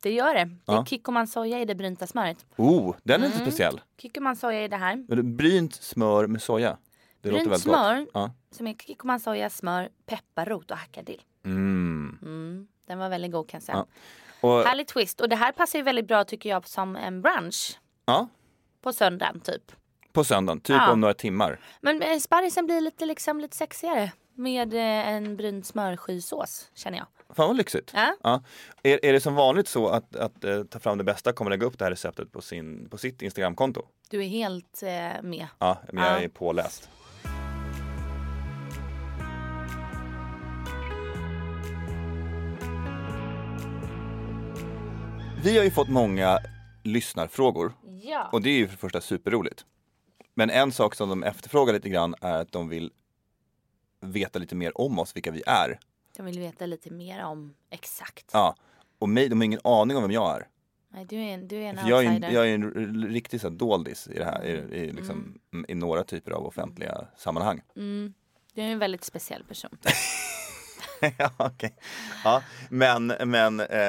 Speaker 3: Det gör det. Det
Speaker 2: Ja.
Speaker 3: är kikkoman soja i det brynta smöret.
Speaker 2: Oh, den är inte
Speaker 3: Mm.
Speaker 2: speciell.
Speaker 3: Kikkoman soja i det här.
Speaker 2: Men det- Brynt smör med soja. Det låter
Speaker 3: Brynt
Speaker 2: väldigt
Speaker 3: smör?
Speaker 2: gott. Ja.
Speaker 3: Som är kikkoman soja, smör, pepparrot och hackad dill.
Speaker 2: Mm.
Speaker 3: Mm. Den var väldigt god kan jag säga.
Speaker 2: Och,
Speaker 3: Härlig twist. Och det här passar ju väldigt bra tycker jag som en brunch.
Speaker 2: ja,
Speaker 3: På söndagen typ.
Speaker 2: på söndagen, typ
Speaker 3: Ja.
Speaker 2: om några timmar.
Speaker 3: Men eh, sparrisen blir lite, liksom, lite sexigare. Med eh, en brynt smörskysås känner jag.
Speaker 2: Fan vad lyxigt.
Speaker 3: Ja.
Speaker 2: Är, är det som vanligt så att, att eh, Ta fram det bästa kommer lägga upp det här receptet på, sin, på sitt Instagramkonto?
Speaker 3: Du är helt eh, med.
Speaker 2: Ja, men jag
Speaker 3: Ja.
Speaker 2: är påläst. Vi har ju fått många lyssnarfrågor
Speaker 3: Ja.
Speaker 2: och det är ju för det första superroligt. Men en sak som de efterfrågar lite grann är att de vill veta lite mer om oss, vilka vi är.
Speaker 3: De vill veta lite mer om exakt.
Speaker 2: Ja. Och mig, de har ingen aning om vem jag är.
Speaker 3: Nej, du, är en, du är en
Speaker 2: För jag är
Speaker 3: outsider. Mm.
Speaker 2: en, jag är en r- riktig så här, doldis i det här, i, i, liksom, i några typer av offentliga sammanhang.
Speaker 3: Du är en väldigt speciell person.
Speaker 2: ja, okej. Ja, men men eh,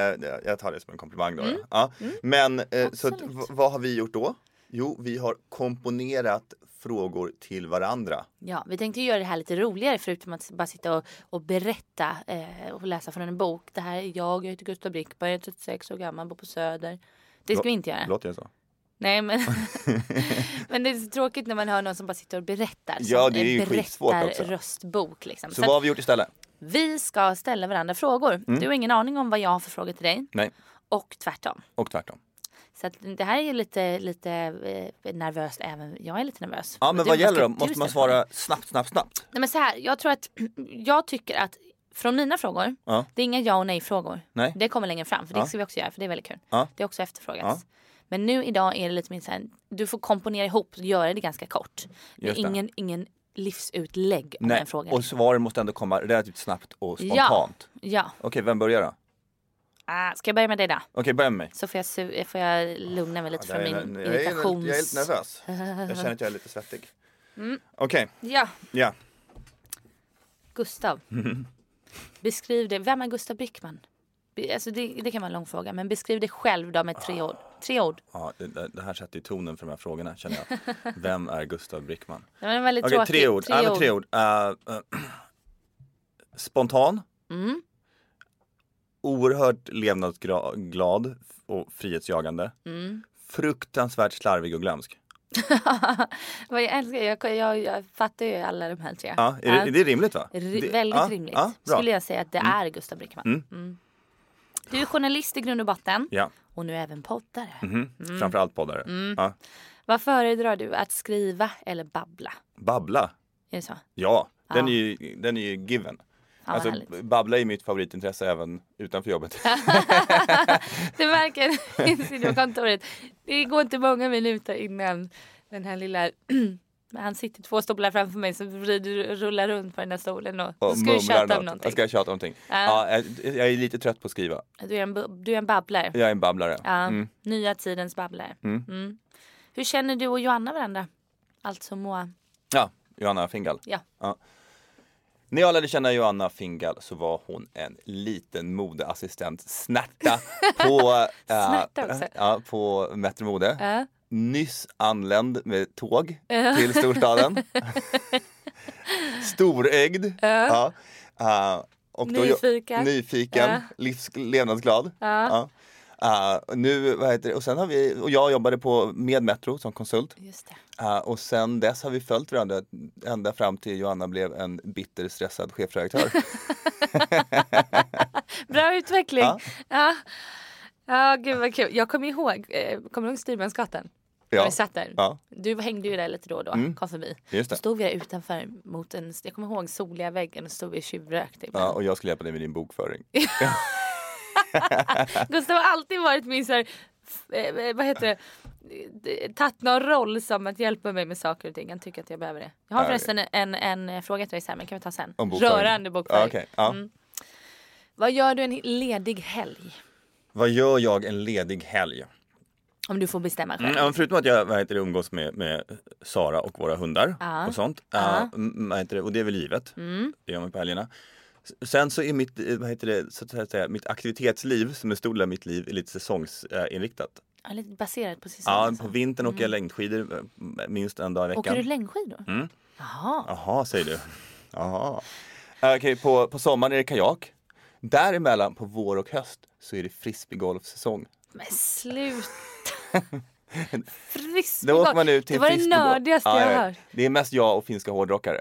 Speaker 2: jag tar det som en komplimang då. Ja. Men eh, så att,
Speaker 3: Mm. Absolut.
Speaker 2: v- vad har vi gjort då? Jo, vi har komponerat frågor till varandra.
Speaker 3: Ja, vi tänkte ju göra det här lite roligare förutom att bara sitta och, och berätta eh, och läsa från en bok. Det här är jag, jag heter Gustav Brickberg, jag är 36 år gammal, bor på Söder. Det ska vi inte göra.
Speaker 2: Låter jag så?
Speaker 3: Nej, men, men det är så tråkigt när man hör någon som bara sitter och berättar.
Speaker 2: Ja,
Speaker 3: Som
Speaker 2: det är ju
Speaker 3: en
Speaker 2: skitsvårt också.
Speaker 3: röstbok liksom.
Speaker 2: Så
Speaker 3: Så
Speaker 2: vad har
Speaker 3: att
Speaker 2: vi gjort istället?
Speaker 3: vi ska ställa varandra frågor. Du har ingen aning om vad jag har för frågor till dig
Speaker 2: Nej,
Speaker 3: och tvärtom.
Speaker 2: och tvärtom.
Speaker 3: Så att det här är ju lite, lite eh, nervöst även. Jag är lite nervös.
Speaker 2: Ja, men
Speaker 3: Du,
Speaker 2: vad
Speaker 3: ska
Speaker 2: gäller det?
Speaker 3: du
Speaker 2: Måste man
Speaker 3: ställa frågor?
Speaker 2: svara snabbt, snabbt, snabbt?
Speaker 3: Nej, men så här, jag tror att jag tycker att från mina frågor,
Speaker 2: Ja.
Speaker 3: det är inga ja och nej frågor.
Speaker 2: Nej.
Speaker 3: Det kommer längre fram, för det
Speaker 2: Ja.
Speaker 3: ska vi också göra, för det är väldigt kul.
Speaker 2: Ja.
Speaker 3: Det är också efterfrågats. Men nu idag är det lite mer så här, du får komponera ihop och göra det ganska kort. Det är
Speaker 2: Just det.
Speaker 3: ingen, ingen livsutlägg om en fråga.
Speaker 2: och svaren måste ändå komma relativt snabbt och
Speaker 3: ja,
Speaker 2: spontant.
Speaker 3: ja.
Speaker 2: Okej, vem börjar då?
Speaker 3: Ah, ska jag börja med dig då?
Speaker 2: Okej, börja med mig.
Speaker 3: Så får jag, su- får jag lugna mig lite från
Speaker 2: Jag är-
Speaker 3: min
Speaker 2: jag, är,
Speaker 3: irritations...
Speaker 2: jag är lite nervös. Jag känner att jag är lite svettig.
Speaker 3: Mm.
Speaker 2: Okej,
Speaker 3: Ja,
Speaker 2: ja.
Speaker 3: Gustav.
Speaker 2: Mm.
Speaker 3: Beskriv dig, vem är Gustav Brickman? Be- Alltså det, det kan vara en lång fråga, men beskriv dig själv då med
Speaker 2: Ah.
Speaker 3: tre ord. Tre ord.
Speaker 2: Ja, det- det, det här sätter ju tonen för de här frågorna känner jag. Vem är Gustav Brickman?
Speaker 3: Det var en väldigt
Speaker 2: Okej,
Speaker 3: tråkig.
Speaker 2: tre ord. Ja, men tre ord. Eh, eh, spontan.
Speaker 3: Mm.
Speaker 2: Oerhört levnadsglad och frihetsjagande.
Speaker 3: Mm.
Speaker 2: Fruktansvärt slarvig och glömsk.
Speaker 3: Vad jag, älskar, jag, jag, jag fattar ju alla de här tre.
Speaker 2: Ja, är, Det, är det rimligt va?
Speaker 3: Ri-
Speaker 2: det,
Speaker 3: Äh, väldigt
Speaker 2: ja,
Speaker 3: rimligt.
Speaker 2: Ja, bra.
Speaker 3: Skulle jag säga att det är Gustav Brickman.
Speaker 2: Mm.
Speaker 3: Du är journalist i grund och botten
Speaker 2: ja.
Speaker 3: och nu även poddare.
Speaker 2: mhm.
Speaker 3: Mm.
Speaker 2: Framförallt poddare. Ja.
Speaker 3: Vad föredrar du, att skriva eller babbla?
Speaker 2: Babbla.
Speaker 3: Är det så? Fan,
Speaker 2: Ja, den,
Speaker 3: Ja.
Speaker 2: Är ju, den är ju given.
Speaker 3: vad
Speaker 2: alltså,
Speaker 3: härligt.
Speaker 2: babbla är mitt favoritintresse även utanför jobbet.
Speaker 3: Du märker insidiokontoret. Det går inte många minuter innan den här lilla... Han sitter två stolar framför mig så vrider, rullar runt på den där stolen och,
Speaker 2: Och
Speaker 3: så ska du
Speaker 2: mumlar
Speaker 3: tjata
Speaker 2: något.
Speaker 3: om någonting.
Speaker 2: Jag ska tjata om någonting.
Speaker 3: Ja.
Speaker 2: Ja, jag, jag är lite trött på att skriva.
Speaker 3: Du, är en, bu- du är en babblare.
Speaker 2: Jag är en babblare.
Speaker 3: Ja,
Speaker 2: Mm.
Speaker 3: Nya tidens babblare. Mm. Hur känner du och Joanna varandra? Alltså Moa.
Speaker 2: Ja, Johanna Fingal.
Speaker 3: Ja.
Speaker 2: När jag lärde känna Johanna Fingal så var hon en liten modeassistent, snärta på, eh,
Speaker 3: Snärta också.
Speaker 2: ja, på Metro Mode.
Speaker 3: Ja.
Speaker 2: Nyss anländ med tåg till storstaden. Storögd. Ja. Eh, och då-
Speaker 3: Nyfiken.
Speaker 2: nyfiken
Speaker 3: Ja.
Speaker 2: livs, levnadsglad.
Speaker 3: Ja.
Speaker 2: Eh, nu, vad heter det? Och, sen har vi, och jag jobbade på, med Metro som konsult.
Speaker 3: Just det.
Speaker 2: Ja, och sen dess har vi följt varandra ända fram till Johanna blev en bitter stressad chefredaktör.
Speaker 3: Bra utveckling. Ja.
Speaker 2: Ja.
Speaker 3: Ja. gud vad kul. Jag kommer ihåg, eh, kommer du ihåg Styrmansgatan? När vi satt där.
Speaker 2: Ja. Mm.
Speaker 3: Du hängde ju där lite då och då, kom förbi.
Speaker 2: Just
Speaker 3: Då
Speaker 2: det.
Speaker 3: stod vi där utanför mot en, jag kommer ihåg soliga väggen och stod vi och tjuvrökte
Speaker 2: Ja,
Speaker 3: ibland.
Speaker 2: och jag skulle hjälpa dig med din bokföring.
Speaker 3: Gustav har alltid varit min så här, f- eh, vad heter det, Eh, tagit någon roll som att hjälpa mig med saker och ting. Han tycker att jag behöver det. Jag har
Speaker 2: Ja.
Speaker 3: förresten en, en, eh, fråga till dig sen, men kan vi ta sen?
Speaker 2: Om bokföring.
Speaker 3: Rörande bokföring. Mm.
Speaker 2: Ja, okej. ja.
Speaker 3: Vad gör du en ledig helg?
Speaker 2: Vad gör jag en ledig helg?
Speaker 3: Om du får bestämma själv.
Speaker 2: Mm, ja, men förutom att jag vad heter det, umgås med, med Sara och våra hundar
Speaker 3: Ja.
Speaker 2: och sånt.
Speaker 3: Ja.
Speaker 2: Ja, mm, vad heter det, och det är väl givet. Det gör man på helgerna. Sen så är mitt, eh, vad heter det, så att säga, mitt aktivitetsliv, som är stor del av mitt liv, är lite säsongsinriktat.
Speaker 3: Ja, lite baserat på säsongen.
Speaker 2: Ja,
Speaker 3: alltså.
Speaker 2: på vintern åker jag längdskidor eh, minst en dag i veckan.
Speaker 3: Åker du längdskidor? Mm. Jaha.
Speaker 2: Jaha, säger du. Jaha. Eh, Okej, på, på sommaren är det kajak. Däremellan, på vår och höst, så är det frisbeegolfsäsong.
Speaker 3: Men sluta!
Speaker 2: Då åker man ut till
Speaker 3: det var det
Speaker 2: frisbeegolf.
Speaker 3: nördigaste
Speaker 2: Ja,
Speaker 3: jag
Speaker 2: ja.
Speaker 3: hört.
Speaker 2: Det är mest jag och finska hårdrockare.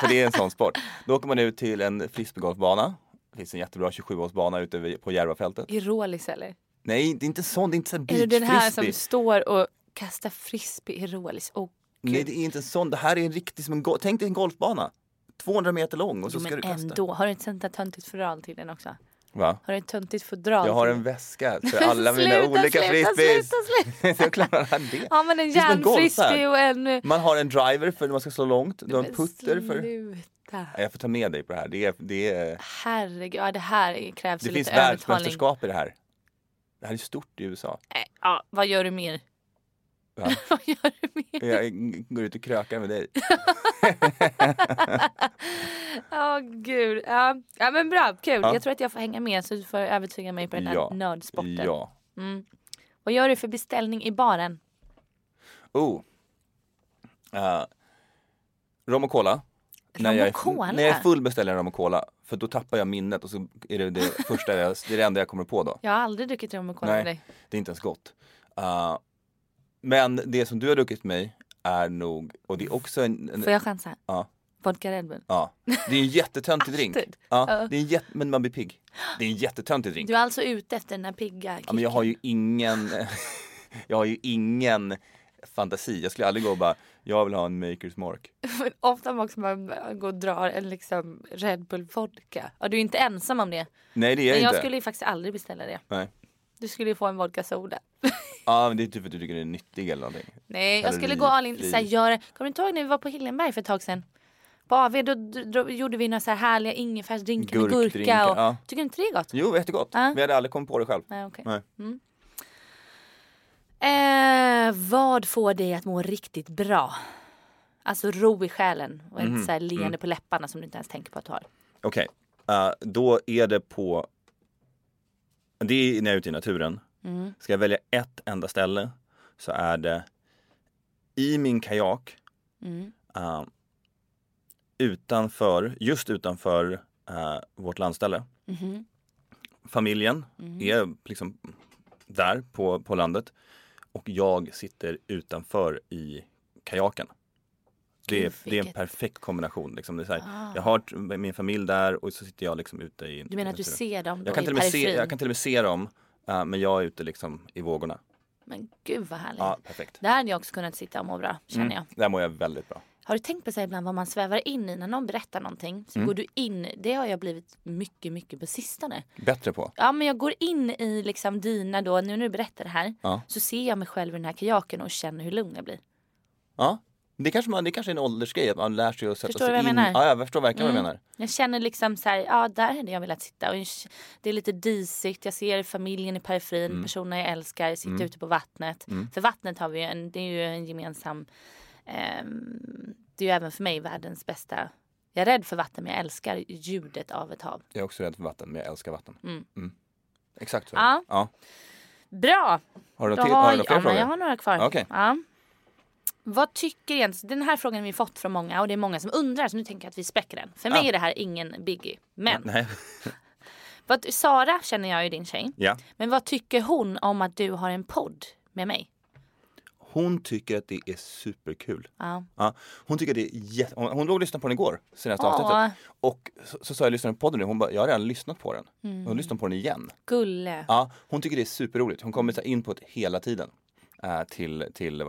Speaker 2: För det är en sån sport. Då åker man ut till en frisbeegolfbana. Det finns en jättebra 27-årsbana ute vid- på Järvafältet.
Speaker 3: I Rålis eller?
Speaker 2: Nej, det är inte sån, det är inte sån
Speaker 3: Är det den här
Speaker 2: beachfrisbee.
Speaker 3: som står och kastar frisbee i Rålis? Åh
Speaker 2: Nej,
Speaker 3: gud.
Speaker 2: det är inte en sån. Det här är en riktig, som en go- tänk dig en golfbana. 200 meter lång och så
Speaker 3: Jo,
Speaker 2: ska du
Speaker 3: men
Speaker 2: kasta.
Speaker 3: ändå. Har du inte sånt här töntigt fodral till den också?
Speaker 2: Va?
Speaker 3: Har du ett töntigt fodral?
Speaker 2: Jag har
Speaker 3: till
Speaker 2: en
Speaker 3: den?
Speaker 2: väska för alla mina
Speaker 3: Sluta,
Speaker 2: olika
Speaker 3: sluta,
Speaker 2: frisbees.
Speaker 3: Sluta, sluta,
Speaker 2: Jag klarar det.
Speaker 3: Ja men en
Speaker 2: Det är som en golf
Speaker 3: järnfrisbee
Speaker 2: här.
Speaker 3: och en... eh,
Speaker 2: Man har en driver för när man ska slå långt. Du har en
Speaker 3: men
Speaker 2: putter för... Nej,
Speaker 3: Sluta.
Speaker 2: Jag får ta med dig på det här. Det, är, det, är,
Speaker 3: Herregud, ja, det här krävs
Speaker 2: det
Speaker 3: ju
Speaker 2: finns
Speaker 3: lite övertalning.
Speaker 2: världsmästerskap i det här. Det här är stort i USA.
Speaker 3: Nej, Eh, Ja, vad gör du mer?
Speaker 2: Va?
Speaker 3: vad gör du mer?
Speaker 2: Jag går ut och krökar med dig.
Speaker 3: Ja, gud. Ja. ja, men bra. Kul.
Speaker 2: Ja.
Speaker 3: Jag tror att jag får hänga med så du får övertyga mig på den här
Speaker 2: Ja.
Speaker 3: nördsporten.
Speaker 2: Ja.
Speaker 3: Vad gör du för beställning i baren?
Speaker 2: Oh. Eh, rom och cola. när
Speaker 3: Rom
Speaker 2: jag,
Speaker 3: och
Speaker 2: är,
Speaker 3: cola?
Speaker 2: när jag är full beställer jag rom och cola. För då tappar jag minnet och så är det det, första jag, det är det enda jag kommer på då.
Speaker 3: Jag har aldrig druckit rom och cola
Speaker 2: Nej.
Speaker 3: med dig.
Speaker 2: Det är inte ens gott. Eh, men det som du har druckit mig är nog, och det är också en... en
Speaker 3: Får jag chansa?
Speaker 2: Ja.
Speaker 3: Vodka Red Bull.
Speaker 2: Ja, det är en jättetöntig drink.
Speaker 3: Alltid.
Speaker 2: Ja, det är en jätte, men man blir pigg. Det är en jättetöntig drink.
Speaker 3: Du är alltså ute efter den här pigga
Speaker 2: Ja, men jag har ju ingen, jag har ju ingen fantasi. Jag skulle aldrig gå och bara, jag vill ha en Maker's Mark.
Speaker 3: Men ofta också man går och drar en liksom Red Bull vodka. Och du är inte ensam om det.
Speaker 2: Nej det är jag
Speaker 3: Men jag
Speaker 2: inte.
Speaker 3: skulle ju faktiskt aldrig beställa det.
Speaker 2: Nej.
Speaker 3: Du skulle ju få en vodka soda.
Speaker 2: Ja, men det är typ för att du tycker det är nyttig eller någonting.
Speaker 3: Nej, jag skulle gå all in. Så här,
Speaker 2: Kalorifri.
Speaker 3: göra, kommer du inte ihåg när vi var på Hillenberg för ett tag sedan? På AV då, dro- dro- gjorde vi några så här härliga ingefärsdrinkar med gurka.
Speaker 2: Gurkdrinkar,
Speaker 3: Och,
Speaker 2: ja.
Speaker 3: Tycker du inte det är gott?
Speaker 2: Jo, jättegott.
Speaker 3: Ja.
Speaker 2: Vi hade aldrig kommit på det själv.
Speaker 3: Nej, okej. Mm.
Speaker 2: Nej.
Speaker 3: Eh, vad får dig att må riktigt bra? Alltså ro i själen och ett
Speaker 2: Mhm.
Speaker 3: så här leende
Speaker 2: Mm.
Speaker 3: på läpparna som du inte ens tänker på att du har.
Speaker 2: Okej, eh, då är det på... Det är när jag är ute i naturen. Ska jag välja ett enda ställe så är det i min kajak eh, utanför, just utanför eh, vårt landställe. Familjen är liksom där på, på landet och jag sitter utanför i kajaken. Det är,
Speaker 3: Gud,
Speaker 2: det är en
Speaker 3: vilket-
Speaker 2: perfekt kombination. Liksom. Det är så här, Jag har t- min familj där och så sitter jag liksom ute i
Speaker 3: Ah. Du menar att du ser dem då
Speaker 2: jag kan,
Speaker 3: i
Speaker 2: till och med se,
Speaker 3: periferin?
Speaker 2: jag kan till och med se dem, eh, men jag är ute liksom i vågorna.
Speaker 3: Men gud vad härligt.
Speaker 2: Ja, Mm. perfekt.
Speaker 3: Där hade jag också kunnat sitta och må bra känner jag.
Speaker 2: Där mår jag väldigt bra.
Speaker 3: Har du tänkt på så här ibland vad man svävar in i när någon berättar någonting?
Speaker 2: Mm.
Speaker 3: Så går du in, det har jag blivit mycket, mycket på sistone.
Speaker 2: Bättre på.
Speaker 3: Ja men jag går in i liksom dina då, nu när du berättar det här.
Speaker 2: Ja.
Speaker 3: Så ser jag mig själv i den här kajaken och känner hur lugn jag blir.
Speaker 2: Ja, det kanske, man, det kanske är en åldersgrej, att man lär sig att sätta
Speaker 3: Förstår du
Speaker 2: sig
Speaker 3: vad jag
Speaker 2: in.
Speaker 3: menar? Mm.
Speaker 2: Ja, jag förstår verkligen vad du menar.
Speaker 3: Jag känner liksom så här, ja där hade jag velat sitta. Och det är lite disigt, jag ser familjen i periferin,
Speaker 2: Mm.
Speaker 3: personer jag älskar, sitta ute på vattnet. För vattnet har vi ju en, det är ju en gemensam, ehm, det är ju även för mig världens bästa. Jag är rädd för vatten men jag älskar ljudet av ett hav.
Speaker 2: Jag är också rädd för vatten, men jag älskar vatten. Mm. Exakt så.
Speaker 3: Ja. Bra!
Speaker 2: Har du
Speaker 3: Då
Speaker 2: något till-
Speaker 3: har
Speaker 2: har du några
Speaker 3: jag-
Speaker 2: fler
Speaker 3: ja, men
Speaker 2: frågor?
Speaker 3: Jag har några kvar.
Speaker 2: Okej.
Speaker 3: Ja. Vad tycker egentligen, den här frågan har vi fått från många och det är många som undrar så nu tänker jag att vi späcker den. För mig är det här ingen biggie. Men
Speaker 2: Nej.
Speaker 3: Vad, Sara känner jag ju din tjej.
Speaker 2: Ja.
Speaker 3: Men vad tycker hon om att du har en podd med mig?
Speaker 2: Hon tycker att det är superkul.
Speaker 3: Ja.
Speaker 2: Ja, hon tycker det är jätte... Hon, hon låg och lyssnade på den igår, senaste
Speaker 3: Åh.
Speaker 2: avsnittet. Och så, så sa jag, lyssnade på podden nu? Hon bara, jag har redan lyssnat på den.
Speaker 3: Mm.
Speaker 2: Hon lyssnar på den igen.
Speaker 3: Gulle.
Speaker 2: Ja, hon tycker det är superroligt. Hon kommer så här input hela tiden. eh, Till, till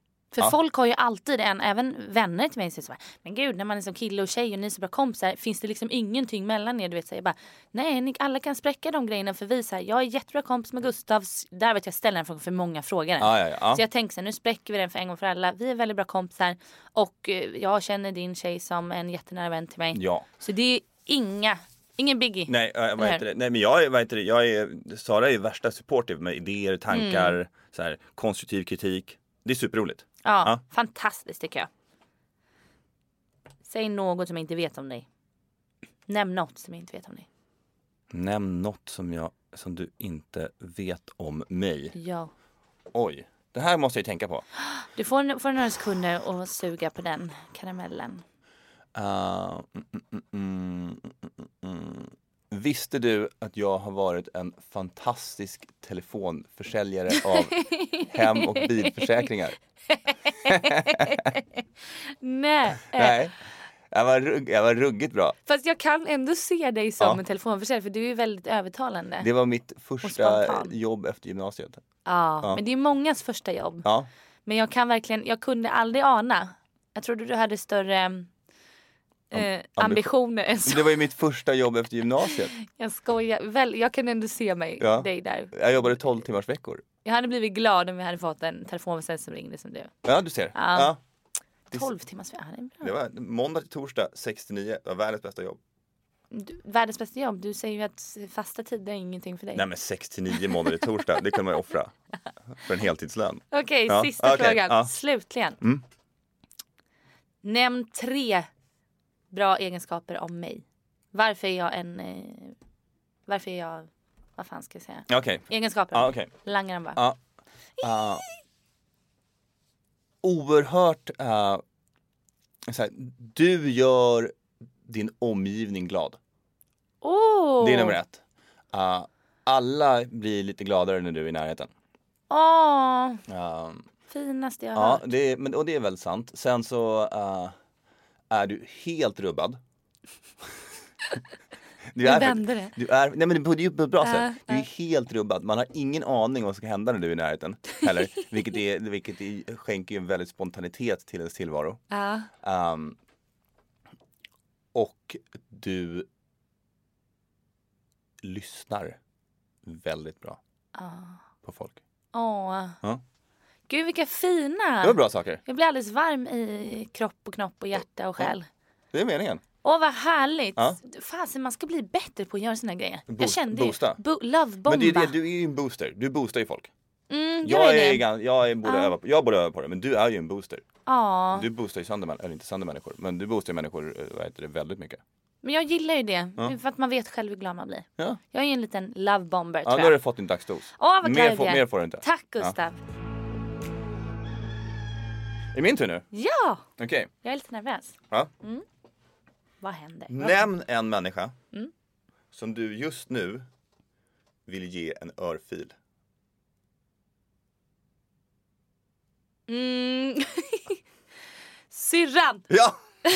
Speaker 3: För
Speaker 2: Ja.
Speaker 3: folk har ju alltid en, även vänner till mig säger så här, men gud när man är som kille och tjej och ni är så bra kompisar, finns det liksom ingenting mellan er? Du vet, så här, jag bara, nej ni alla kan spräcka de grejerna för vi så här, jag är jättebra kompis med Gustav, s- där vet jag ställer den frågan för många frågar den.
Speaker 2: Ja, ja, ja. Ja.
Speaker 3: Så jag tänker så här, nu spräcker vi den för en gång för alla, vi är väldigt bra kompisar och eh, jag känner din tjej som en jättenära vän till mig.
Speaker 2: Ja.
Speaker 3: Så det är inga, ingen biggie.
Speaker 2: Nej, äh, vad
Speaker 3: Eller
Speaker 2: heter
Speaker 3: hur?
Speaker 2: det? Nej men jag, är- vad heter det? jag är, Sara är ju värsta supportive med idéer, tankar,
Speaker 3: Mm.
Speaker 2: så här, konstruktiv kritik. Det är superroligt.
Speaker 3: Ja,
Speaker 2: Ja.
Speaker 3: fantastiskt tycker jag. Säg något som jag inte vet om dig. Nämn något som jag inte vet om dig.
Speaker 2: Nämn något som, jag, som du inte vet om mig.
Speaker 3: Ja.
Speaker 2: Oj, det här måste jag ju tänka på.
Speaker 3: Du får, får några sekunder och suga på den karamellen.
Speaker 2: Uh, mm, mm, mm, mm, mm, mm. Visste du att jag har varit en fantastisk telefonförsäljare av hem och bilförsäkringar?
Speaker 3: Nej.
Speaker 2: Nej, jag var, rugg, jag var ruggigt bra.
Speaker 3: Fast jag kan ändå se dig som
Speaker 2: Ja.
Speaker 3: en telefonförsäljare för du är ju väldigt övertalande.
Speaker 2: Det var mitt första
Speaker 3: spontan.
Speaker 2: jobb efter gymnasiet.
Speaker 3: ja,
Speaker 2: Ja.
Speaker 3: Men det är mångas första jobb.
Speaker 2: Ja,
Speaker 3: Men jag kan verkligen, jag kunde aldrig ana. Jag trodde du hade större mm, eh, ambitioner än så.
Speaker 2: det var ju mitt första jobb efter gymnasiet.
Speaker 3: Jag skojar. Väl, jag kan ändå se mig,
Speaker 2: Ja.
Speaker 3: dig där.
Speaker 2: Jag jobbade 12 timmars veckor.
Speaker 3: Jag hade blivit glad om jag hade fått en telefonförsäljare som ringde som du.
Speaker 2: Ja, du ser. Ja.
Speaker 3: 12 timmars ja, det är bra.
Speaker 2: Det var måndag till torsdag 69. Det var världens bästa jobb.
Speaker 3: Du, världens bästa jobb. Du säger ju att fasta tider är ingenting för dig.
Speaker 2: Nej men 69 måndag till torsdag, det kunde man ju offra. För en heltidslön.
Speaker 3: Okej,
Speaker 2: Ja,
Speaker 3: sista
Speaker 2: okej,
Speaker 3: frågan.
Speaker 2: ja.
Speaker 3: Slutligen.
Speaker 2: Mm.
Speaker 3: Nämn tre bra egenskaper om mig. Varför är jag en... Eh, varför är jag... Vad fan ska jag säga?
Speaker 2: Okej.
Speaker 3: Egenskaper.
Speaker 2: Ja, okej.
Speaker 3: Langaren bara.
Speaker 2: Ja. Ah. oerhört... eh, så här, du gör din omgivning glad.
Speaker 3: Oh!
Speaker 2: Det är nummer ett. Ah, alla blir lite gladare när du är i närheten.
Speaker 3: Åh,
Speaker 2: Ah,
Speaker 3: finaste jag har
Speaker 2: ja,
Speaker 3: hört.
Speaker 2: det är, men, och det är väl sant. Sen så eh, är du helt rubbad. Du
Speaker 3: Nu
Speaker 2: är-
Speaker 3: vände det. Eh,
Speaker 2: Du är, nej men det det är ju på ett bra sätt. Du är helt rubbad. Man har ingen aning vad som ska hända när du är i närheten. Heller. Vilket, är, vilket är, skänker ju en väldigt spontanitet till ens tillvaro.
Speaker 3: Ja.
Speaker 2: Ehm, och du lyssnar väldigt bra på folk.
Speaker 3: Åh.
Speaker 2: Ja.
Speaker 3: Gud, vilka fina!
Speaker 2: Det var bra saker.
Speaker 3: Jag blir alldeles varm i kropp och knopp och hjärta och själ.
Speaker 2: Det är meningen.
Speaker 3: Åh vad härligt!
Speaker 2: Ja.
Speaker 3: Fasen man ska bli bättre på att göra såna grejer. jag
Speaker 2: Boost-
Speaker 3: kände ju,
Speaker 2: boosta.
Speaker 3: bo- lovebomba.
Speaker 2: Men det är det, du är ju en booster. Du boostar ju folk.
Speaker 3: mm,
Speaker 2: Jag,
Speaker 3: det.
Speaker 2: är, gan- jag, är, borde öva på, jag borde öva på det, men du är ju en booster.
Speaker 3: Ja,
Speaker 2: Du boostar ju sönder människor, eller inte sönder människor, men du boostar ju människor eh, vad heter det, väldigt mycket.
Speaker 3: men jag gillar ju det. För att man vet själv hur glad man blir.
Speaker 2: Ja.
Speaker 3: Jag är ju en liten lovebomber
Speaker 2: Ja,
Speaker 3: tror
Speaker 2: nu har
Speaker 3: jag.
Speaker 2: du fått din dagsdos.
Speaker 3: Åh vad
Speaker 2: mer,
Speaker 3: glad jag
Speaker 2: får,
Speaker 3: blev.
Speaker 2: mer får du inte.
Speaker 3: Tack Gustav.
Speaker 2: Ja. Är min tur nu?
Speaker 3: Ja.
Speaker 2: Okej.
Speaker 3: jag är lite nervös.
Speaker 2: Ja.
Speaker 3: Vad händer?
Speaker 2: Nämn en människa
Speaker 3: Mm.
Speaker 2: som du just nu vill ge en örfil.
Speaker 3: Mm. Syrran!
Speaker 2: Ja!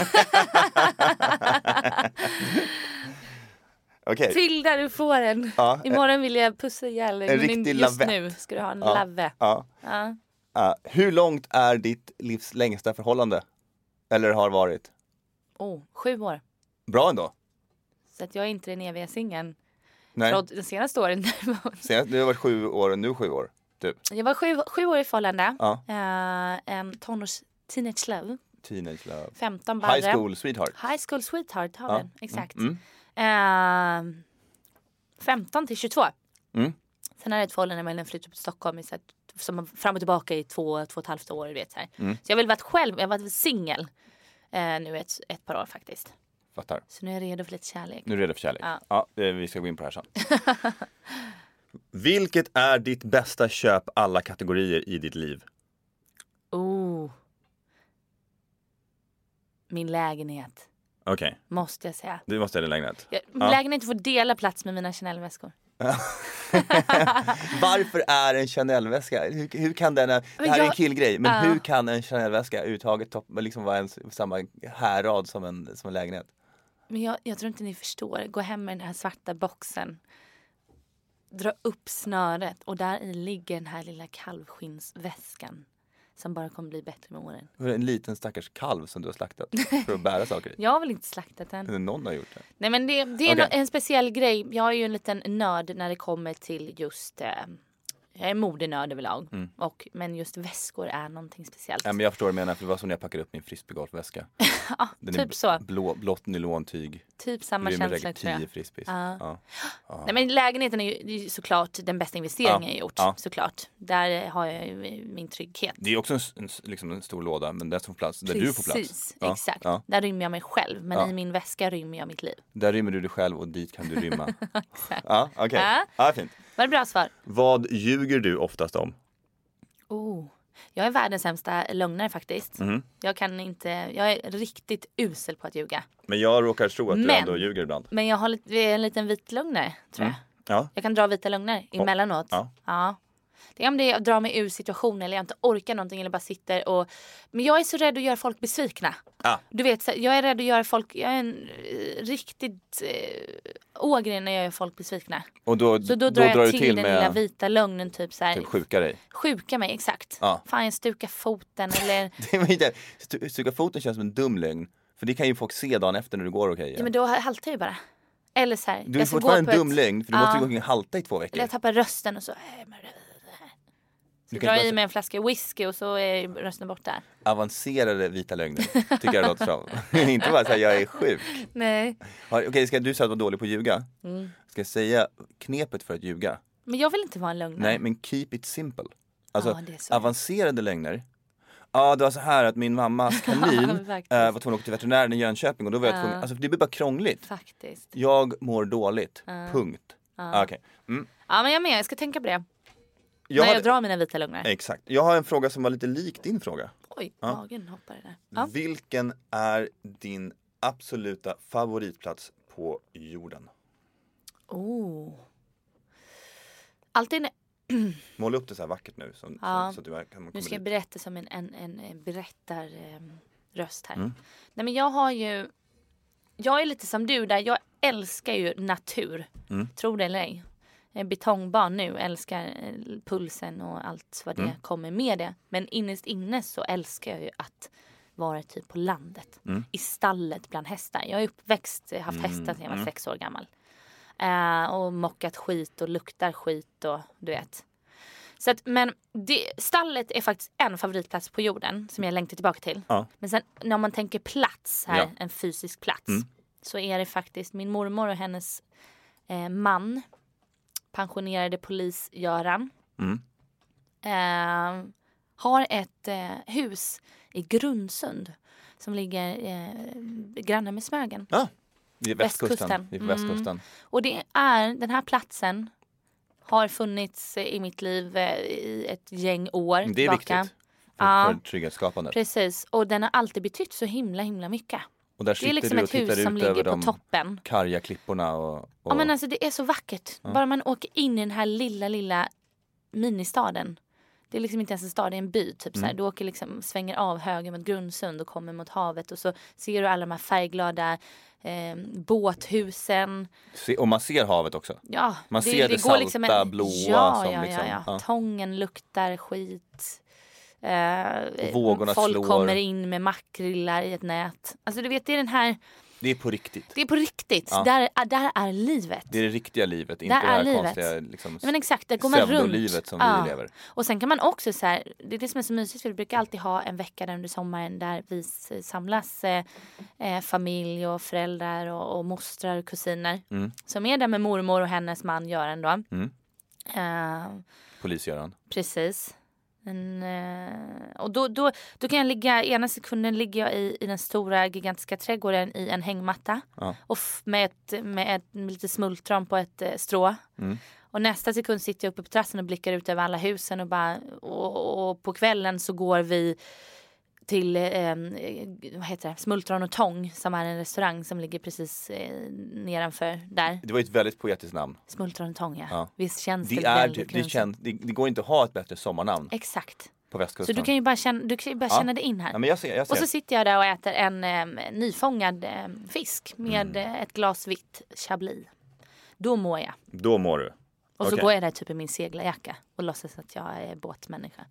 Speaker 2: Okej.
Speaker 3: Till där du får en.
Speaker 2: Ja, eh,
Speaker 3: Imorgon vill jag pussa ihjäl dig.
Speaker 2: en
Speaker 3: men
Speaker 2: riktig
Speaker 3: just
Speaker 2: lavett.
Speaker 3: nu ska du ha en
Speaker 2: Ja.
Speaker 3: lavve.
Speaker 2: Ja.
Speaker 3: Ja.
Speaker 2: Ja. Eh, hur långt är ditt livs längsta förhållande? Eller har varit?
Speaker 3: Oh, sju år.
Speaker 2: Bra ändå.
Speaker 3: Så att jag är inte den eviga singeln.
Speaker 2: Nej.
Speaker 3: Trots de senaste åren.
Speaker 2: Senast, du har varit sju år typ. och nu sju år. Du,
Speaker 3: Jag var sju, sju år i förhållande.
Speaker 2: Ja.
Speaker 3: Eh, en tonårs teenage love.
Speaker 2: teenage love.
Speaker 3: 15 barre.
Speaker 2: High school sweetheart.
Speaker 3: High school sweetheart har vi
Speaker 2: Ja. Mm.
Speaker 3: den. Exakt. Eh, 15 till 22.
Speaker 2: Mm.
Speaker 3: Sen hade jag ett förhållande mellan flyttade till Stockholm i så här, som fram och tillbaka i två, två och ett halvt år. du Vet, så, här.
Speaker 2: Mm.
Speaker 3: så jag har väl varit själv, jag har varit singel eh, nu ett, ett par år faktiskt.
Speaker 2: Fattar.
Speaker 3: Så nu är jag redo för lite kärlek.
Speaker 2: Nu är du redo för kärlek. Ja.
Speaker 3: Ja.
Speaker 2: eh, vi ska gå in på det här sen. Vilket är ditt bästa köp alla kategorier i ditt liv?
Speaker 3: Oh. Min lägenhet,
Speaker 2: Okej,
Speaker 3: måste jag säga.
Speaker 2: du måste ha din lägenhet.
Speaker 3: Jag, min lägenhet får dela plats med mina Chanel-väskor.
Speaker 2: Varför är en Chanel-väska, hur, hur kan den, det
Speaker 3: Men
Speaker 2: här är en
Speaker 3: jag-
Speaker 2: killgrej, men
Speaker 3: Ja.
Speaker 2: hur kan en Chanel-väska överhuvudtaget topp- liksom vara en, s- samma härad som en, som en lägenhet?
Speaker 3: Men jag, jag tror inte ni förstår. Gå hem med den här svarta boxen. Dra upp snöret och där i ligger den här lilla kalvskinnsväskan. Som bara kommer bli bättre med åren.
Speaker 2: Hur är det En liten stackars kalv som du har slaktat för att bära saker i.
Speaker 3: Jag har väl inte slaktat den.
Speaker 2: Men Någon har gjort det.
Speaker 3: Nej men det, det
Speaker 2: Mm.
Speaker 3: är
Speaker 2: Okej.
Speaker 3: en, en speciell grej. Jag är ju en liten nörd när det kommer till just eh, jag är modenörd överlag. Och, men just väskor är någonting speciellt.
Speaker 2: Nej, Mm. men jag förstår vad du menar, för det var som när jag packade upp min frisbeegolfväska. Den är
Speaker 3: typ
Speaker 2: bl-
Speaker 3: så.
Speaker 2: Blå, blått nylontyg,
Speaker 3: typ samma
Speaker 2: rymmer
Speaker 3: känsla
Speaker 2: säkert
Speaker 3: tror jag.
Speaker 2: tio frisbees. Ja.
Speaker 3: Nej, men lägenheten är ju, det är ju såklart den bästa investeringen
Speaker 2: Ja,
Speaker 3: jag gjort.
Speaker 2: ja.
Speaker 3: Såklart. Där har jag ju min trygghet.
Speaker 2: Det är också en, s- en, s- liksom en stor låda, men där, som plats, där du får plats.
Speaker 3: Precis,
Speaker 2: Ja,
Speaker 3: exakt.
Speaker 2: ja.
Speaker 3: Där rymmer jag mig själv. Men
Speaker 2: Ja.
Speaker 3: i min väska rymmer jag mitt liv.
Speaker 2: Där rymmer du dig själv och dit kan du rymma. ja, okej. Ja. fint.
Speaker 3: Var det bra svar?
Speaker 2: Vad ljuger du oftast om?
Speaker 3: Oh. Jag är världens sämsta lögnare faktiskt.
Speaker 2: Mhm.
Speaker 3: Jag kan inte, jag är riktigt usel på att ljuga.
Speaker 2: Men jag råkar tro att du
Speaker 3: Men-
Speaker 2: ändå ljuger ibland.
Speaker 3: Men jag har lite, jag är en liten vit lögnare tror jag.
Speaker 2: Mm. Ja.
Speaker 3: Jag kan dra vita lögner emellanåt.
Speaker 2: ja.
Speaker 3: ja. Det är om det är att dra mig ur situationen eller jag inte orkar någonting eller bara sitter och... Men jag är så rädd att göra folk besvikna.
Speaker 2: Ah.
Speaker 3: Du vet, så här, jag är rädd att göra folk... Jag är en eh, riktigt eh, ågren när jag gör folk besvikna.
Speaker 2: Och då,
Speaker 3: Så då,
Speaker 2: då
Speaker 3: drar
Speaker 2: du
Speaker 3: jag till,
Speaker 2: till
Speaker 3: den lilla
Speaker 2: med
Speaker 3: vita lögnen typ så här.
Speaker 2: typ, sjuka dig.
Speaker 3: Sjuka mig, exakt.
Speaker 2: Ja.
Speaker 3: Fan jag stukar foten eller...
Speaker 2: Det var inte- stu- Stuka foten känns som en dum lögn. För det kan ju folk se dagen efter när du går okej.
Speaker 3: ja, men då haltar jag ju bara. Eller så här.
Speaker 2: Du är
Speaker 3: jag ska gå
Speaker 2: fortfarande
Speaker 3: på
Speaker 2: en dum
Speaker 3: ett-
Speaker 2: lögn för du
Speaker 3: Ja.
Speaker 2: måste ju gå omkring och halta i två
Speaker 3: Eller
Speaker 2: veckor.
Speaker 3: jag tappar rösten och så... eh, men-
Speaker 2: Du
Speaker 3: Så
Speaker 2: kan
Speaker 3: drar jag
Speaker 2: inte
Speaker 3: i
Speaker 2: bara
Speaker 3: mig en flaska whisky och så är rösten borta.
Speaker 2: avancerade vita lögner, tycker jag det låter som. inte bara säga jag är sjuk.
Speaker 3: Nej.
Speaker 2: Har- Okej, ska du säga att du var dålig på att ljuga?
Speaker 3: Mm.
Speaker 2: Ska jag säga knepet för att ljuga?
Speaker 3: Men jag vill inte vara en lögnare.
Speaker 2: Nej, men keep it simple. Alltså
Speaker 3: Ja, det är så.
Speaker 2: avancerade lögner. Ja, det var så här att min mammas kanin eh,
Speaker 3: Faktiskt.
Speaker 2: var tvungen att åka till veterinären i Jönköping och då var jag tvungen, alltså det blir bara krångligt.
Speaker 3: Faktiskt.
Speaker 2: Jag mår dåligt, punkt. Ah, Okej. Mm.
Speaker 3: Ja men jag är med, jag ska tänka på det.
Speaker 2: Jag
Speaker 3: När
Speaker 2: hade-
Speaker 3: jag drar mina vita lögner.
Speaker 2: Exakt. Jag har en fråga som var lite lik din fråga.
Speaker 3: Oj, magen hoppade där. Ja.
Speaker 2: Vilken är din absoluta favoritplats på jorden?
Speaker 3: Oh. Alltid när
Speaker 2: Måla upp det så här vackert nu. Som,
Speaker 3: Ja.
Speaker 2: som, så att du kan,
Speaker 3: Nu
Speaker 2: kommer
Speaker 3: ska jag
Speaker 2: dit.
Speaker 3: berätta som en, en, en eh, berättarröst här.
Speaker 2: Mm.
Speaker 3: Nej men jag har ju, jag är lite som du där, jag älskar ju natur.
Speaker 2: Mm.
Speaker 3: Tro det eller ej. Eh, Betongbarn nu, älskar eh, pulsen och allt vad det
Speaker 2: Mm.
Speaker 3: kommer med det. Men innerst inne så älskar jag ju att vara typ på landet.
Speaker 2: Mm.
Speaker 3: I stallet bland hästar. Jag är uppväxt, eh, haft hästar sedan jag var
Speaker 2: Mm.
Speaker 3: sex år gammal. Eh, och mockat skit och luktar skit och du vet. Så att, men det, stallet är faktiskt en favoritplats på jorden som jag längtar tillbaka till.
Speaker 2: Ja.
Speaker 3: Men sen när man tänker plats här,
Speaker 2: Ja. Mm.
Speaker 3: en fysisk plats, så är det faktiskt min mormor och hennes eh, man, pensionerade polis Göran,
Speaker 2: Mm.
Speaker 3: eh, har ett eh, hus i Grundsund som ligger eh, granne med Smögen.
Speaker 2: Ja, det är Ah, västkusten.
Speaker 3: Västkusten. Mm.
Speaker 2: Det är på västkusten.
Speaker 3: Och det är, den här platsen har funnits i mitt liv eh, i ett gäng år
Speaker 2: Det är
Speaker 3: tillbaka.
Speaker 2: viktigt. För,
Speaker 3: Ja.
Speaker 2: för trygghetsskapandet.
Speaker 3: Precis, och den har alltid betytt så himla himla mycket.
Speaker 2: Och där
Speaker 3: Det är
Speaker 2: sitter
Speaker 3: liksom
Speaker 2: du
Speaker 3: ett
Speaker 2: och tittar
Speaker 3: hus som
Speaker 2: ut över
Speaker 3: ligger på
Speaker 2: de
Speaker 3: toppen.
Speaker 2: karga klipporna och, och
Speaker 3: Ja men alltså det är så vackert. Bara man åker in i den här lilla lilla ministaden. Det är liksom inte ens en stad, det är en by. Typ,
Speaker 2: Mm.
Speaker 3: så här. Du åker liksom, svänger av höger mot Grundsund och kommer mot havet och så ser du alla de här färgglada eh, båthusen.
Speaker 2: se, och man ser havet också.
Speaker 3: Ja,
Speaker 2: Man ser det
Speaker 3: går liksom
Speaker 2: salta, blåa
Speaker 3: ja,
Speaker 2: som
Speaker 3: ja,
Speaker 2: liksom-
Speaker 3: ja,
Speaker 2: ja.
Speaker 3: ja. Tången luktar skit. Eh,
Speaker 2: vågorna
Speaker 3: folk
Speaker 2: slår.
Speaker 3: kommer in med makrillar i ett nät. Alltså du vet det är den här
Speaker 2: Det Det är på riktigt.
Speaker 3: Det är på riktigt. Där, är- där är livet.
Speaker 2: Det är det riktiga livet, inte
Speaker 3: Där
Speaker 2: det
Speaker 3: är
Speaker 2: här
Speaker 3: livet.
Speaker 2: konstiga liksom,
Speaker 3: Men exakt, där går man
Speaker 2: pseudolivet
Speaker 3: runt.
Speaker 2: som vi lever.
Speaker 3: Och sen kan man också så här, det är det som är så mysigt för vi brukar alltid ha en vecka där under sommaren där vi s- samlas eh, eh, familj och föräldrar och, och mostrar och kusiner.
Speaker 2: Mm.
Speaker 3: Som är där med mormor och hennes man Göran då. Eh,
Speaker 2: polis-Göran.
Speaker 3: Precis. Men, eh, och då, då, då kan jag ligga, ena sekunden ligger jag i, i den stora gigantiska trädgården i en hängmatta. Och f- med, ett, med, ett, med lite smultron på ett eh, strå.
Speaker 2: Mm.
Speaker 3: Och nästa sekund sitter jag uppe på terrassen och blickar ut över alla husen och bara och, och på kvällen så går vi till eh, vad heter det? Smultron och Tång som är en restaurang som ligger precis eh, nedanför där.
Speaker 2: Det var ju ett väldigt poetiskt namn.
Speaker 3: Smultron och Tång ja.
Speaker 2: Ja.
Speaker 3: Visst känns det,
Speaker 2: Det, är,
Speaker 3: väldigt
Speaker 2: det, det,
Speaker 3: grumsigt?
Speaker 2: känns, det, det går inte att ha ett bättre sommarnamn
Speaker 3: Exakt.
Speaker 2: på
Speaker 3: Så
Speaker 2: västkusten.
Speaker 3: du kan ju bara känna, du kan ju bara
Speaker 2: Ja.
Speaker 3: känna det in här.
Speaker 2: Ja, men jag ser, jag
Speaker 3: Och
Speaker 2: ser.
Speaker 3: så sitter jag där och äter en eh, nyfångad eh, fisk med
Speaker 2: Mm.
Speaker 3: eh, ett glas vitt chablis. Då mår jag.
Speaker 2: Då mår du.
Speaker 3: Och
Speaker 2: Okej.
Speaker 3: så går jag där typ i min seglarjacka och låtsas att jag är båtmänniska.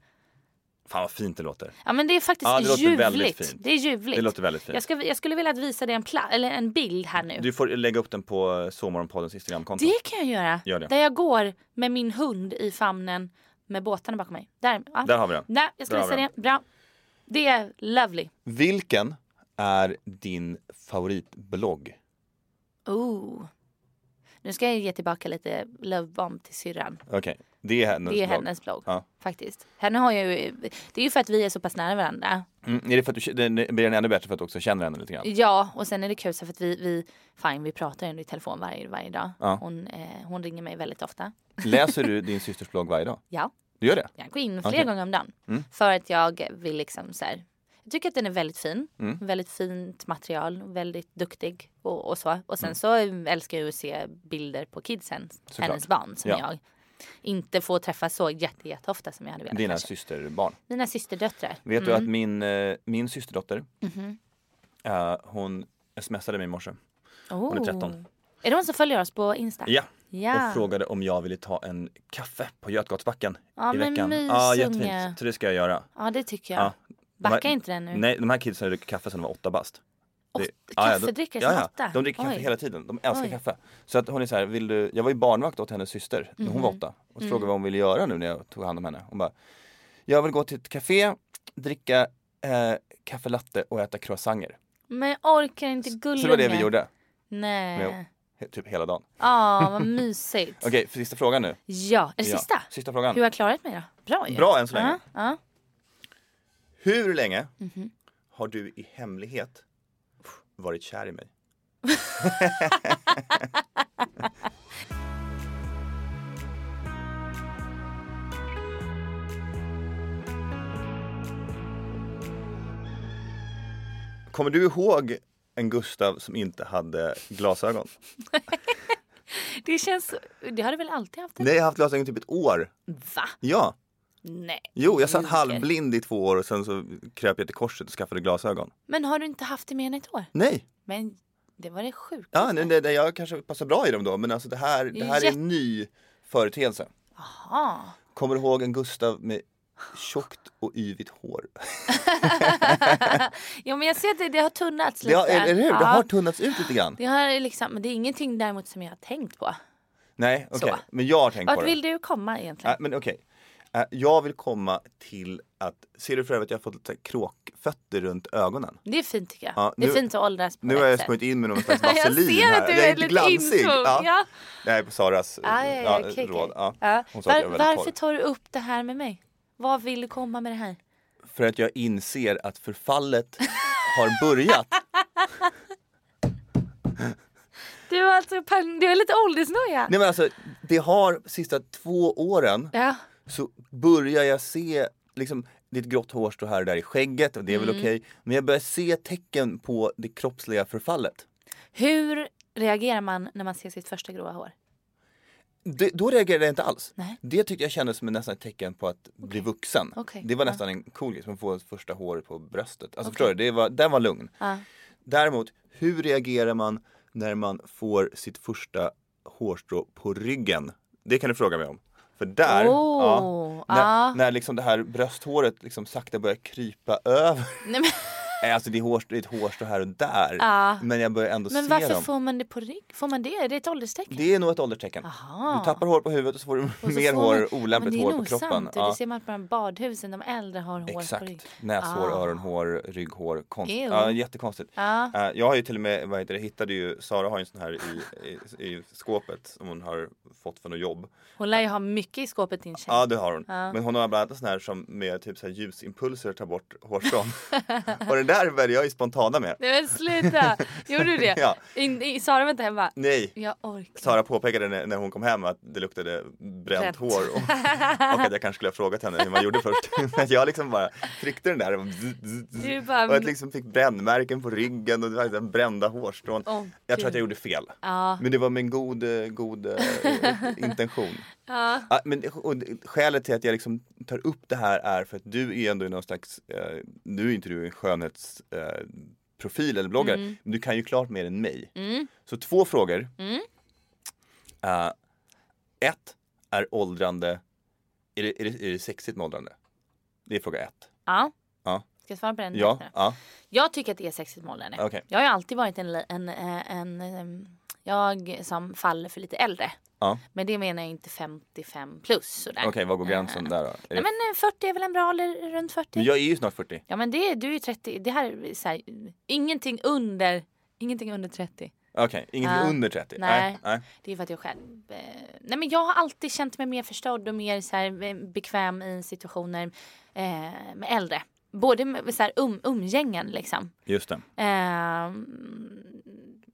Speaker 2: Fan vad fint det låter.
Speaker 3: Ja men det är faktiskt
Speaker 2: Ja, det låter väldigt
Speaker 3: ljuvligt.
Speaker 2: fint.
Speaker 3: Det är ljuvligt.
Speaker 2: Det låter väldigt fint.
Speaker 3: Jag, ska, jag skulle vilja att visa dig en, pla- eller en bild här nu.
Speaker 2: Du får lägga upp den på Såmorgonpoddens Instagramkonto.
Speaker 3: Det kan jag göra.
Speaker 2: Gör det.
Speaker 3: Där jag går med min hund i famnen med båtarna bakom mig. Där, ja.
Speaker 2: Där har vi den.
Speaker 3: Nej, jag ska
Speaker 2: Där har
Speaker 3: visa
Speaker 2: vi
Speaker 3: det. Bra. Det är lovely.
Speaker 2: Vilken är din favoritblogg?
Speaker 3: Oh. Nu ska jag ge tillbaka lite love bomb till syrran.
Speaker 2: Okej, det är hennes
Speaker 3: Det är
Speaker 2: blogg.
Speaker 3: hennes blogg.
Speaker 2: Ja.
Speaker 3: Faktiskt. Henne har jag ju, det är ju för att vi är så pass nära varandra.
Speaker 2: Mm, är det för att du, den blir den ännu bättre för att du också känner henne lite grann?
Speaker 3: Ja, och sen är det kul så för att vi, vi, fine, vi pratar ju ändå i telefon varje, varje dag.
Speaker 2: Ja.
Speaker 3: Hon, eh, hon ringer mig väldigt ofta.
Speaker 2: Läser du din systers blogg varje dag?
Speaker 3: Ja,
Speaker 2: Du gör det?
Speaker 3: jag går in flera
Speaker 2: Okej. Mm.
Speaker 3: gånger om dagen. För att jag vill liksom så här, jag tycker att den är väldigt fin.
Speaker 2: Mm.
Speaker 3: Väldigt fint material, väldigt duktig och, och så. Och sen så älskar jag ju att se bilder på kidsen,
Speaker 2: Mm. Såklart.
Speaker 3: hennes barn som
Speaker 2: Ja.
Speaker 3: jag inte får träffa så jätte, jätteofta som jag hade velat.
Speaker 2: Dina
Speaker 3: kanske. Mm.
Speaker 2: systerbarn.
Speaker 3: Mina systerdöttrar.
Speaker 2: Vet du att min, eh, min systerdotter,
Speaker 3: Mm-hmm.
Speaker 2: eh, hon smsade mig i morse. Hon är 13.
Speaker 3: Oh. Är det hon som följer oss på Insta?
Speaker 2: Ja.
Speaker 3: Ja.
Speaker 2: Och frågade om jag ville ta en kaffe på Götgatsbacken
Speaker 3: Ja,
Speaker 2: i
Speaker 3: men
Speaker 2: veckan.
Speaker 3: mysunge.
Speaker 2: jättefint. Så det ska jag göra.
Speaker 3: Ja, det tycker jag.
Speaker 2: Ja. De
Speaker 3: Backa
Speaker 2: här-
Speaker 3: inte den nu.
Speaker 2: Nej, de här kidsen dricker kaffe sedan de var åtta bast. Det-
Speaker 3: Åtta-
Speaker 2: ja, ja,
Speaker 3: kaffedrickare
Speaker 2: de,
Speaker 3: sedan
Speaker 2: ja, ja.
Speaker 3: åtta?
Speaker 2: De dricker kaffe
Speaker 3: Oj.
Speaker 2: hela tiden. De älskar
Speaker 3: Oj.
Speaker 2: kaffe. Så att hon är så här, vill du... jag var ju barnvakt åt hennes syster när hon var
Speaker 3: Mhm.
Speaker 2: åtta. Och så
Speaker 3: Mm.
Speaker 2: frågade vad hon ville göra nu när jag tog hand om henne. Hon bara, jag vill gå till ett café, dricka eh, kaffe latte och äta croissanger.
Speaker 3: Men jag orkar inte gullunge.
Speaker 2: Så det var det vi gjorde,
Speaker 3: Nej.
Speaker 2: he- typ hela dagen.
Speaker 3: Ja, vad mysigt.
Speaker 2: Okej, för sista frågan nu.
Speaker 3: Ja, är det
Speaker 2: Ja,
Speaker 3: sista?
Speaker 2: Sista frågan.
Speaker 3: Hur har jag klarat mig då? Bra ju.
Speaker 2: Bra än så länge.
Speaker 3: Ja, ja.
Speaker 2: Hur länge har du i hemlighet varit kär i mig? Kommer du ihåg en Gustav som inte hade glasögon?
Speaker 3: Det känns... Det har du väl alltid haft?
Speaker 2: Nej, jag har haft glasögon i typ ett år.
Speaker 3: Va?
Speaker 2: Ja.
Speaker 3: Nej.
Speaker 2: Jo, jag satt
Speaker 3: Ljuger.
Speaker 2: halvblind i två år och sen så kröp jag till korset och skaffade glasögon.
Speaker 3: Men har du inte haft det mer än ett år?
Speaker 2: Nej,
Speaker 3: Men det var det sjukt.
Speaker 2: Ja, nej, nej, nej, jag kanske passar bra i dem då, men alltså det här, det här är en ny företeelse.
Speaker 3: Jaha.
Speaker 2: Kommer du ihåg en Gustav med tjockt och yvigt hår?
Speaker 3: Ja, men jag ser att det, det har tunnats
Speaker 2: Det
Speaker 3: lite.
Speaker 2: har, eller hur? Det
Speaker 3: Ja.
Speaker 2: har tunnats ut lite grann.
Speaker 3: Det har liksom, men det är ingenting däremot som jag har tänkt på.
Speaker 2: Nej, okej.
Speaker 3: Så.
Speaker 2: Men jag har tänkt på
Speaker 3: Vart
Speaker 2: det.
Speaker 3: vill du komma egentligen?
Speaker 2: Nej, men okej. Eh, Jag vill komma till att, ser du för övrigt att jag har fått lite kråkfötter runt ögonen?
Speaker 3: Det är fint tycker jag.
Speaker 2: Ja,
Speaker 3: det
Speaker 2: nu-
Speaker 3: är fint att åldras på
Speaker 2: Nu
Speaker 3: rätt
Speaker 2: har jag
Speaker 3: sätt.
Speaker 2: smörjt in med någon slags
Speaker 3: Jag
Speaker 2: vaselin
Speaker 3: ser att
Speaker 2: här.
Speaker 3: du
Speaker 2: jag
Speaker 3: är
Speaker 2: inte
Speaker 3: lite
Speaker 2: glansig.
Speaker 3: insmord, ja.
Speaker 2: Det här är på Saras eh,
Speaker 3: Aj, aj,
Speaker 2: ja,
Speaker 3: aj, okej,
Speaker 2: råd.
Speaker 3: okej.
Speaker 2: Ja.
Speaker 3: Ja.
Speaker 2: Hon sa att jag
Speaker 3: Var-
Speaker 2: var väldigt
Speaker 3: varför
Speaker 2: torr.
Speaker 3: tar du upp det här med mig? Vad vill du komma med det här?
Speaker 2: För att jag inser att förfallet har börjat.
Speaker 3: Du är alltså pan- du är lite åldersnoja.
Speaker 2: Nej men alltså, det har sista två åren
Speaker 3: Ja.
Speaker 2: så börjar jag se, liksom ditt grått hår står här och där i skägget och det är väl okej. Men jag börjar se tecken på det kroppsliga förfallet.
Speaker 3: Hur reagerar man när man ser sitt första gråa hår?
Speaker 2: Det, då reagerade jag inte alls.
Speaker 3: Nej.
Speaker 2: Det tyckte jag kändes som nästan ett tecken på att bli vuxen.
Speaker 3: Okej,
Speaker 2: Det var nästan en cool grej, som att få första håret på bröstet. Alltså förstår du, det var, den var lugn. Däremot, hur reagerar man när man får sitt första hårstrå på ryggen? Det kan du fråga mig om. För där,
Speaker 3: Oh,
Speaker 2: ja, när,
Speaker 3: ah.
Speaker 2: när liksom det här brösthåret liksom sakta börjar krypa över
Speaker 3: Nej, men
Speaker 2: Nej, Alltså det är, hår, det är ett hårstrå här och där.
Speaker 3: Ja.
Speaker 2: Men jag börjar ändå
Speaker 3: Men
Speaker 2: se
Speaker 3: varför
Speaker 2: dem.
Speaker 3: får man det på rygg? Får man det? Är det ett ålderstecken?
Speaker 2: Det är nog ett ålderstecken.
Speaker 3: Aha.
Speaker 2: Du tappar hår på huvudet och så får du
Speaker 3: Och så
Speaker 2: mer
Speaker 3: får
Speaker 2: hår,
Speaker 3: man-
Speaker 2: olämpligt
Speaker 3: men
Speaker 2: hår på
Speaker 3: Det är nog
Speaker 2: kroppen.
Speaker 3: sant. och Det ser man på de här badhusen. De äldre har hår på rygg.
Speaker 2: Exakt. Näshår,
Speaker 3: Ah.
Speaker 2: öronhår, rygghår. Konstigt.
Speaker 3: Ew. Ah.
Speaker 2: Ja, jättekonstigt.
Speaker 3: Ja.
Speaker 2: Eh, Jag har ju till och med, vad heter det, hittade ju, Sara har ju en sån här i, i, i skåpet som hon har fått för något jobb.
Speaker 3: Hon lär ju ha mycket i skåpet din tjej.
Speaker 2: Ja det har hon.
Speaker 3: Ah.
Speaker 2: Men hon har bland annat en sån här som med typ så här ljusimpulser tar bort hårstrån. och den där började jag ju spontana med.
Speaker 3: Nej men sluta! Gjorde du det?
Speaker 2: Ja.
Speaker 3: In, i, Sara var inte hemma?
Speaker 2: Nej.
Speaker 3: Jag orkar
Speaker 2: Sara påpekade när, när hon kom hem att det luktade bränt,
Speaker 3: Bränt.
Speaker 2: hår och, och att jag kanske skulle ha frågat henne hur man gjorde först. Men jag liksom bara tryckte den där och, zzz, zzz, zzz.
Speaker 3: Du bara-
Speaker 2: och jag liksom fick brännmärken på ryggen och det var liksom brända hårstrån.
Speaker 3: Åh,
Speaker 2: jag tror att
Speaker 3: Gud.
Speaker 2: jag gjorde fel.
Speaker 3: Ja.
Speaker 2: Men det var med en god, eh, god eh, intention.
Speaker 3: Ja.
Speaker 2: Ja, men, och det- skälet till att jag liksom tar upp det här är för att du är ju ändå i någon slags, eh, nu är inte du en skönhetsprofil eh, profil eller bloggare,
Speaker 3: Mm.
Speaker 2: men du kan ju klart mer än mig. Så två frågor.
Speaker 3: Mm.
Speaker 2: Eh, ett, är åldrande, är det, är, det, är det sexigt med åldrande? Det är fråga ett.
Speaker 3: Ja.
Speaker 2: Ja.
Speaker 3: Ska jag svara på den?
Speaker 2: Ja,
Speaker 3: direkt nu?
Speaker 2: ja.
Speaker 3: Jag tycker att det är sexigt med åldern.
Speaker 2: Okej.
Speaker 3: Jag har ju alltid varit en, li- en, eh, en, ehm, jag som faller för lite äldre.
Speaker 2: ja.
Speaker 3: Men det menar jag inte 55 plus sådär. Eh,
Speaker 2: Okej, var går gränsen där då? Är
Speaker 3: Nej
Speaker 2: det,
Speaker 3: men typ- eh, 40 är väl en bra ålder, runt 40?
Speaker 2: men jag är ju snart 40.
Speaker 3: Ja men det, du är ju 30, det här är så här, ingenting under, ingenting under 30.
Speaker 2: Okej, ingenting
Speaker 3: Ja.
Speaker 2: under 30?
Speaker 3: Nej.
Speaker 2: nej.
Speaker 3: Det är för att jag själv, eh, nej men jag har alltid känt mig mer förstådd och mer så här, eh, bekväm i situationer eh, med äldre. Både med så här, um, umgängen liksom.
Speaker 2: Just det.
Speaker 3: Eh,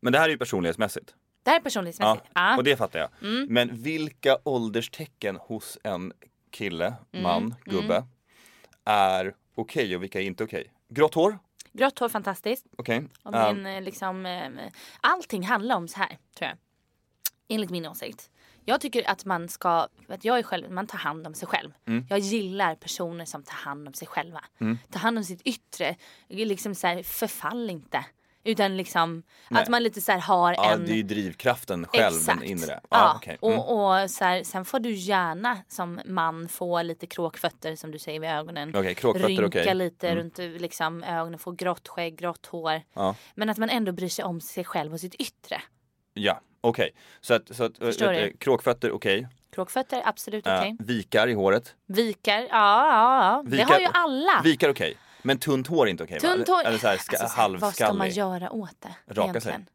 Speaker 2: Men det här är ju personlighetsmässigt.
Speaker 3: det här är personlighetsmässigt. Ja. Mm.
Speaker 2: och det fattar jag. Men vilka ålderstecken hos en kille,
Speaker 3: Mm,
Speaker 2: man, gubbe är okej och vilka är inte okej? Grått hår?
Speaker 3: Grått hår fantastiskt.
Speaker 2: Okej.
Speaker 3: Och
Speaker 2: Ehm,
Speaker 3: min, eh, liksom, eh, allting handlar om så här, tror jag. Enligt min åsikt. Jag tycker att man ska, att jag är själv, man tar hand om sig själv.
Speaker 2: Mm.
Speaker 3: Jag gillar personer som tar hand om sig själva. Tar hand om sitt yttre. Liksom så här, förfall inte. Utan liksom, att man lite så här har
Speaker 2: ja,
Speaker 3: en...
Speaker 2: det är ju drivkraften själv, den inre.
Speaker 3: Ja,
Speaker 2: Ja, okej. Mm.
Speaker 3: och, och så här, sen får du gärna som man få lite kråkfötter som du säger vid ögonen.
Speaker 2: Okej, kråkfötter,
Speaker 3: Rynka
Speaker 2: okej. Mm.
Speaker 3: lite runt liksom, ögonen, få grått skägg, grått hår.
Speaker 2: Ja.
Speaker 3: Men att man ändå bryr sig om sig själv och sitt yttre.
Speaker 2: Ja, okej. Så att, så att
Speaker 3: Förstår
Speaker 2: äh,
Speaker 3: du?
Speaker 2: kråkfötter, okej.
Speaker 3: Kråkfötter, absolut
Speaker 2: Äh,
Speaker 3: okej.
Speaker 2: vikar i håret.
Speaker 3: Vikar, ja, ja, ja.
Speaker 2: Vikar,
Speaker 3: Det har ju alla.
Speaker 2: Vikar okej. Men tunt hår är inte okej va?
Speaker 3: Tunt hår.
Speaker 2: Eller så här, ska,
Speaker 3: Alltså, så här, vad ska man
Speaker 2: halvskallig.
Speaker 3: göra åt det?
Speaker 2: Raka sig.
Speaker 3: egentligen?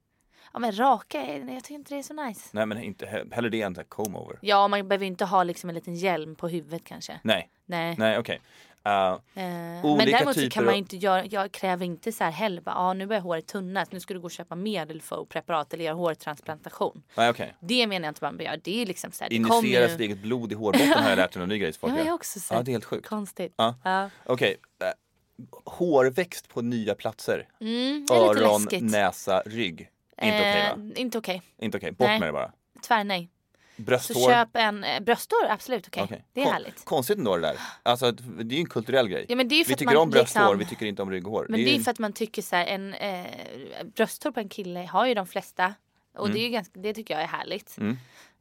Speaker 3: Ja men raka, är- jag tycker inte det är så nice.
Speaker 2: Nej men inte, he- hellre det än så här comb over.
Speaker 3: Ja man behöver ju inte ha liksom en liten hjälm på huvudet kanske.
Speaker 2: Nej,
Speaker 3: Nej.
Speaker 2: nej okej. Äh,
Speaker 3: Eh,
Speaker 2: Olika
Speaker 3: men däremot så
Speaker 2: typer
Speaker 3: kan man
Speaker 2: av-
Speaker 3: ju inte göra, jag kräver inte så här heller bara, ah, nu börjar håret tunnas, nu ska du gå och köpa medel för och preparat eller göra hårtransplantation.
Speaker 2: nej okej.
Speaker 3: Det menar jag inte man bör göra, det är liksom så här, det kommer
Speaker 2: Injicera sitt
Speaker 3: ju.
Speaker 2: eget blod i hårbotten har jag lärt mig någon ny grej som
Speaker 3: Ja,
Speaker 2: folk
Speaker 3: jag har
Speaker 2: gör.
Speaker 3: också sett.
Speaker 2: Ja, det är helt sjukt.
Speaker 3: Konstigt.
Speaker 2: Ja.
Speaker 3: Ja. Mm,
Speaker 2: Okej. eh, Hårväxt på nya platser.
Speaker 3: Mm, det är lite
Speaker 2: Öron,
Speaker 3: läskigt.
Speaker 2: näsa, rygg. Inte okej
Speaker 3: Eh,
Speaker 2: va?
Speaker 3: Inte okej.
Speaker 2: Inte okej. Bort
Speaker 3: nej.
Speaker 2: med det bara.
Speaker 3: Tyvärr nej. Så
Speaker 2: Brösthår.
Speaker 3: köp en eh, brösthår, absolut okej.
Speaker 2: Okej.
Speaker 3: Det är
Speaker 2: Kon-
Speaker 3: härligt.
Speaker 2: Konstigt ändå det där. Alltså att det är ju en kulturell grej.
Speaker 3: Ja, men det är ju för
Speaker 2: vi
Speaker 3: att
Speaker 2: tycker
Speaker 3: man
Speaker 2: om brösthår,
Speaker 3: liksom-
Speaker 2: vi tycker inte om rygghår.
Speaker 3: Men det är
Speaker 2: ju
Speaker 3: ju för att man tycker så här, en eh, brösthår på en kille har ju de flesta. Och det, är ju
Speaker 2: Mm.
Speaker 3: ganska, det tycker jag är härligt.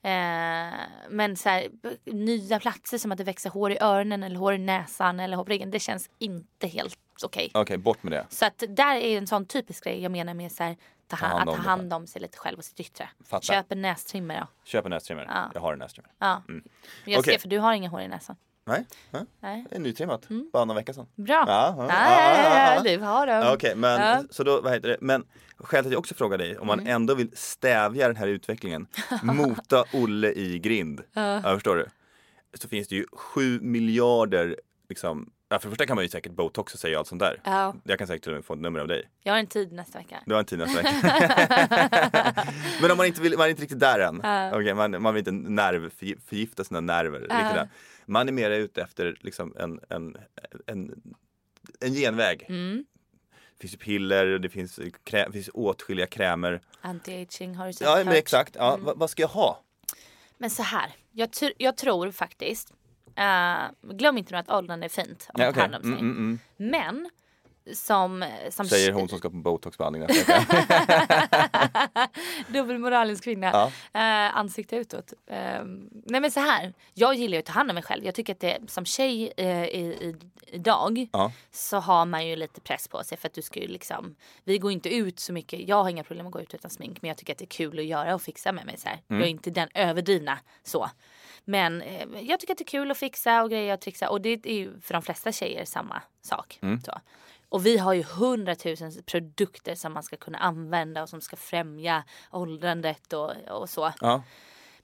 Speaker 3: Eh, men så här, b- nya platser som att det växer hår i öronen eller hår i näsan eller hår på ryggen. Det känns inte helt okej.
Speaker 2: Okej, bort med det.
Speaker 3: Så att där är en sån typisk grej jag menar med så här, ta ha-
Speaker 2: hand om
Speaker 3: att ta
Speaker 2: det
Speaker 3: hand om sig lite själv och sitt yttre.
Speaker 2: Fattar.
Speaker 3: Köp en nästrimmer då.
Speaker 2: Köp en nästrimmer. Jag har en nästrimmer.
Speaker 3: Ja. Jag
Speaker 2: Mm. Okej.
Speaker 3: ser för du har inga hår i näsan.
Speaker 2: Nej, ja.
Speaker 3: Nej.
Speaker 2: det är nytrimmat. Bara någon vecka sedan.
Speaker 3: Bra.
Speaker 2: Ja, ja,
Speaker 3: ja,
Speaker 2: ja, ja, ja.
Speaker 3: Du har dem.
Speaker 2: Okej, men
Speaker 3: Ja.
Speaker 2: så då, vad heter det? Men skälet till att jag också frågar dig, om man ändå vill stävja den här utvecklingen, mota Olle i grind, ja. förstår du? Så finns det ju sju miljarder, liksom, ja, för det första kan man ju säkert botoxa sig och allt sånt där.
Speaker 3: Ja.
Speaker 2: Jag kan säkert till och med få ett nummer av dig.
Speaker 3: Jag har en tid nästa vecka.
Speaker 2: Du har en tid nästa vecka. Men om man inte vill, man är inte riktigt där än. Okej, man, man vill inte nerv, förgi- förgifta sina nerver. Riktigt än. Man är mer ute efter liksom en, en, en, en genväg.
Speaker 3: Mm.
Speaker 2: Det finns ju piller, det finns, krä, det finns åtskilliga krämer.
Speaker 3: Anti-aging har du sett
Speaker 2: Ja,
Speaker 3: hört.
Speaker 2: men exakt. Ja,
Speaker 3: Mm.
Speaker 2: vad, vad ska jag ha?
Speaker 3: Men så här, jag, tr- jag tror faktiskt, eh, glöm inte nu att åldrande är fint om man
Speaker 2: Ja,
Speaker 3: tar
Speaker 2: okej.
Speaker 3: hand om sig. Men som, som
Speaker 2: Mm, Säger hon som ska på botoxbehandling nästa vecka.
Speaker 3: Dubbelmoralens kvinna.
Speaker 2: Ja.
Speaker 3: Eh, ansikte utåt. Eh, nej men så här. Jag gillar ju att ta hand om mig själv. Jag tycker att det, som tjej eh, i, i, idag
Speaker 2: Ja.
Speaker 3: så har man ju lite press på sig för att du ska ju liksom. Vi går inte ut så mycket. Jag har inga problem att gå ut utan smink men jag tycker att det är kul att göra och fixa med mig så här.
Speaker 2: Mm.
Speaker 3: Jag är inte den överdrivna så. Men eh, jag tycker att det är kul att fixa och grejer och trixa och det är ju för de flesta tjejer samma sak.
Speaker 2: Mm.
Speaker 3: Så. Och vi har ju hundratusen produkter som man ska kunna använda och som ska främja åldrandet och, och så.
Speaker 2: ja.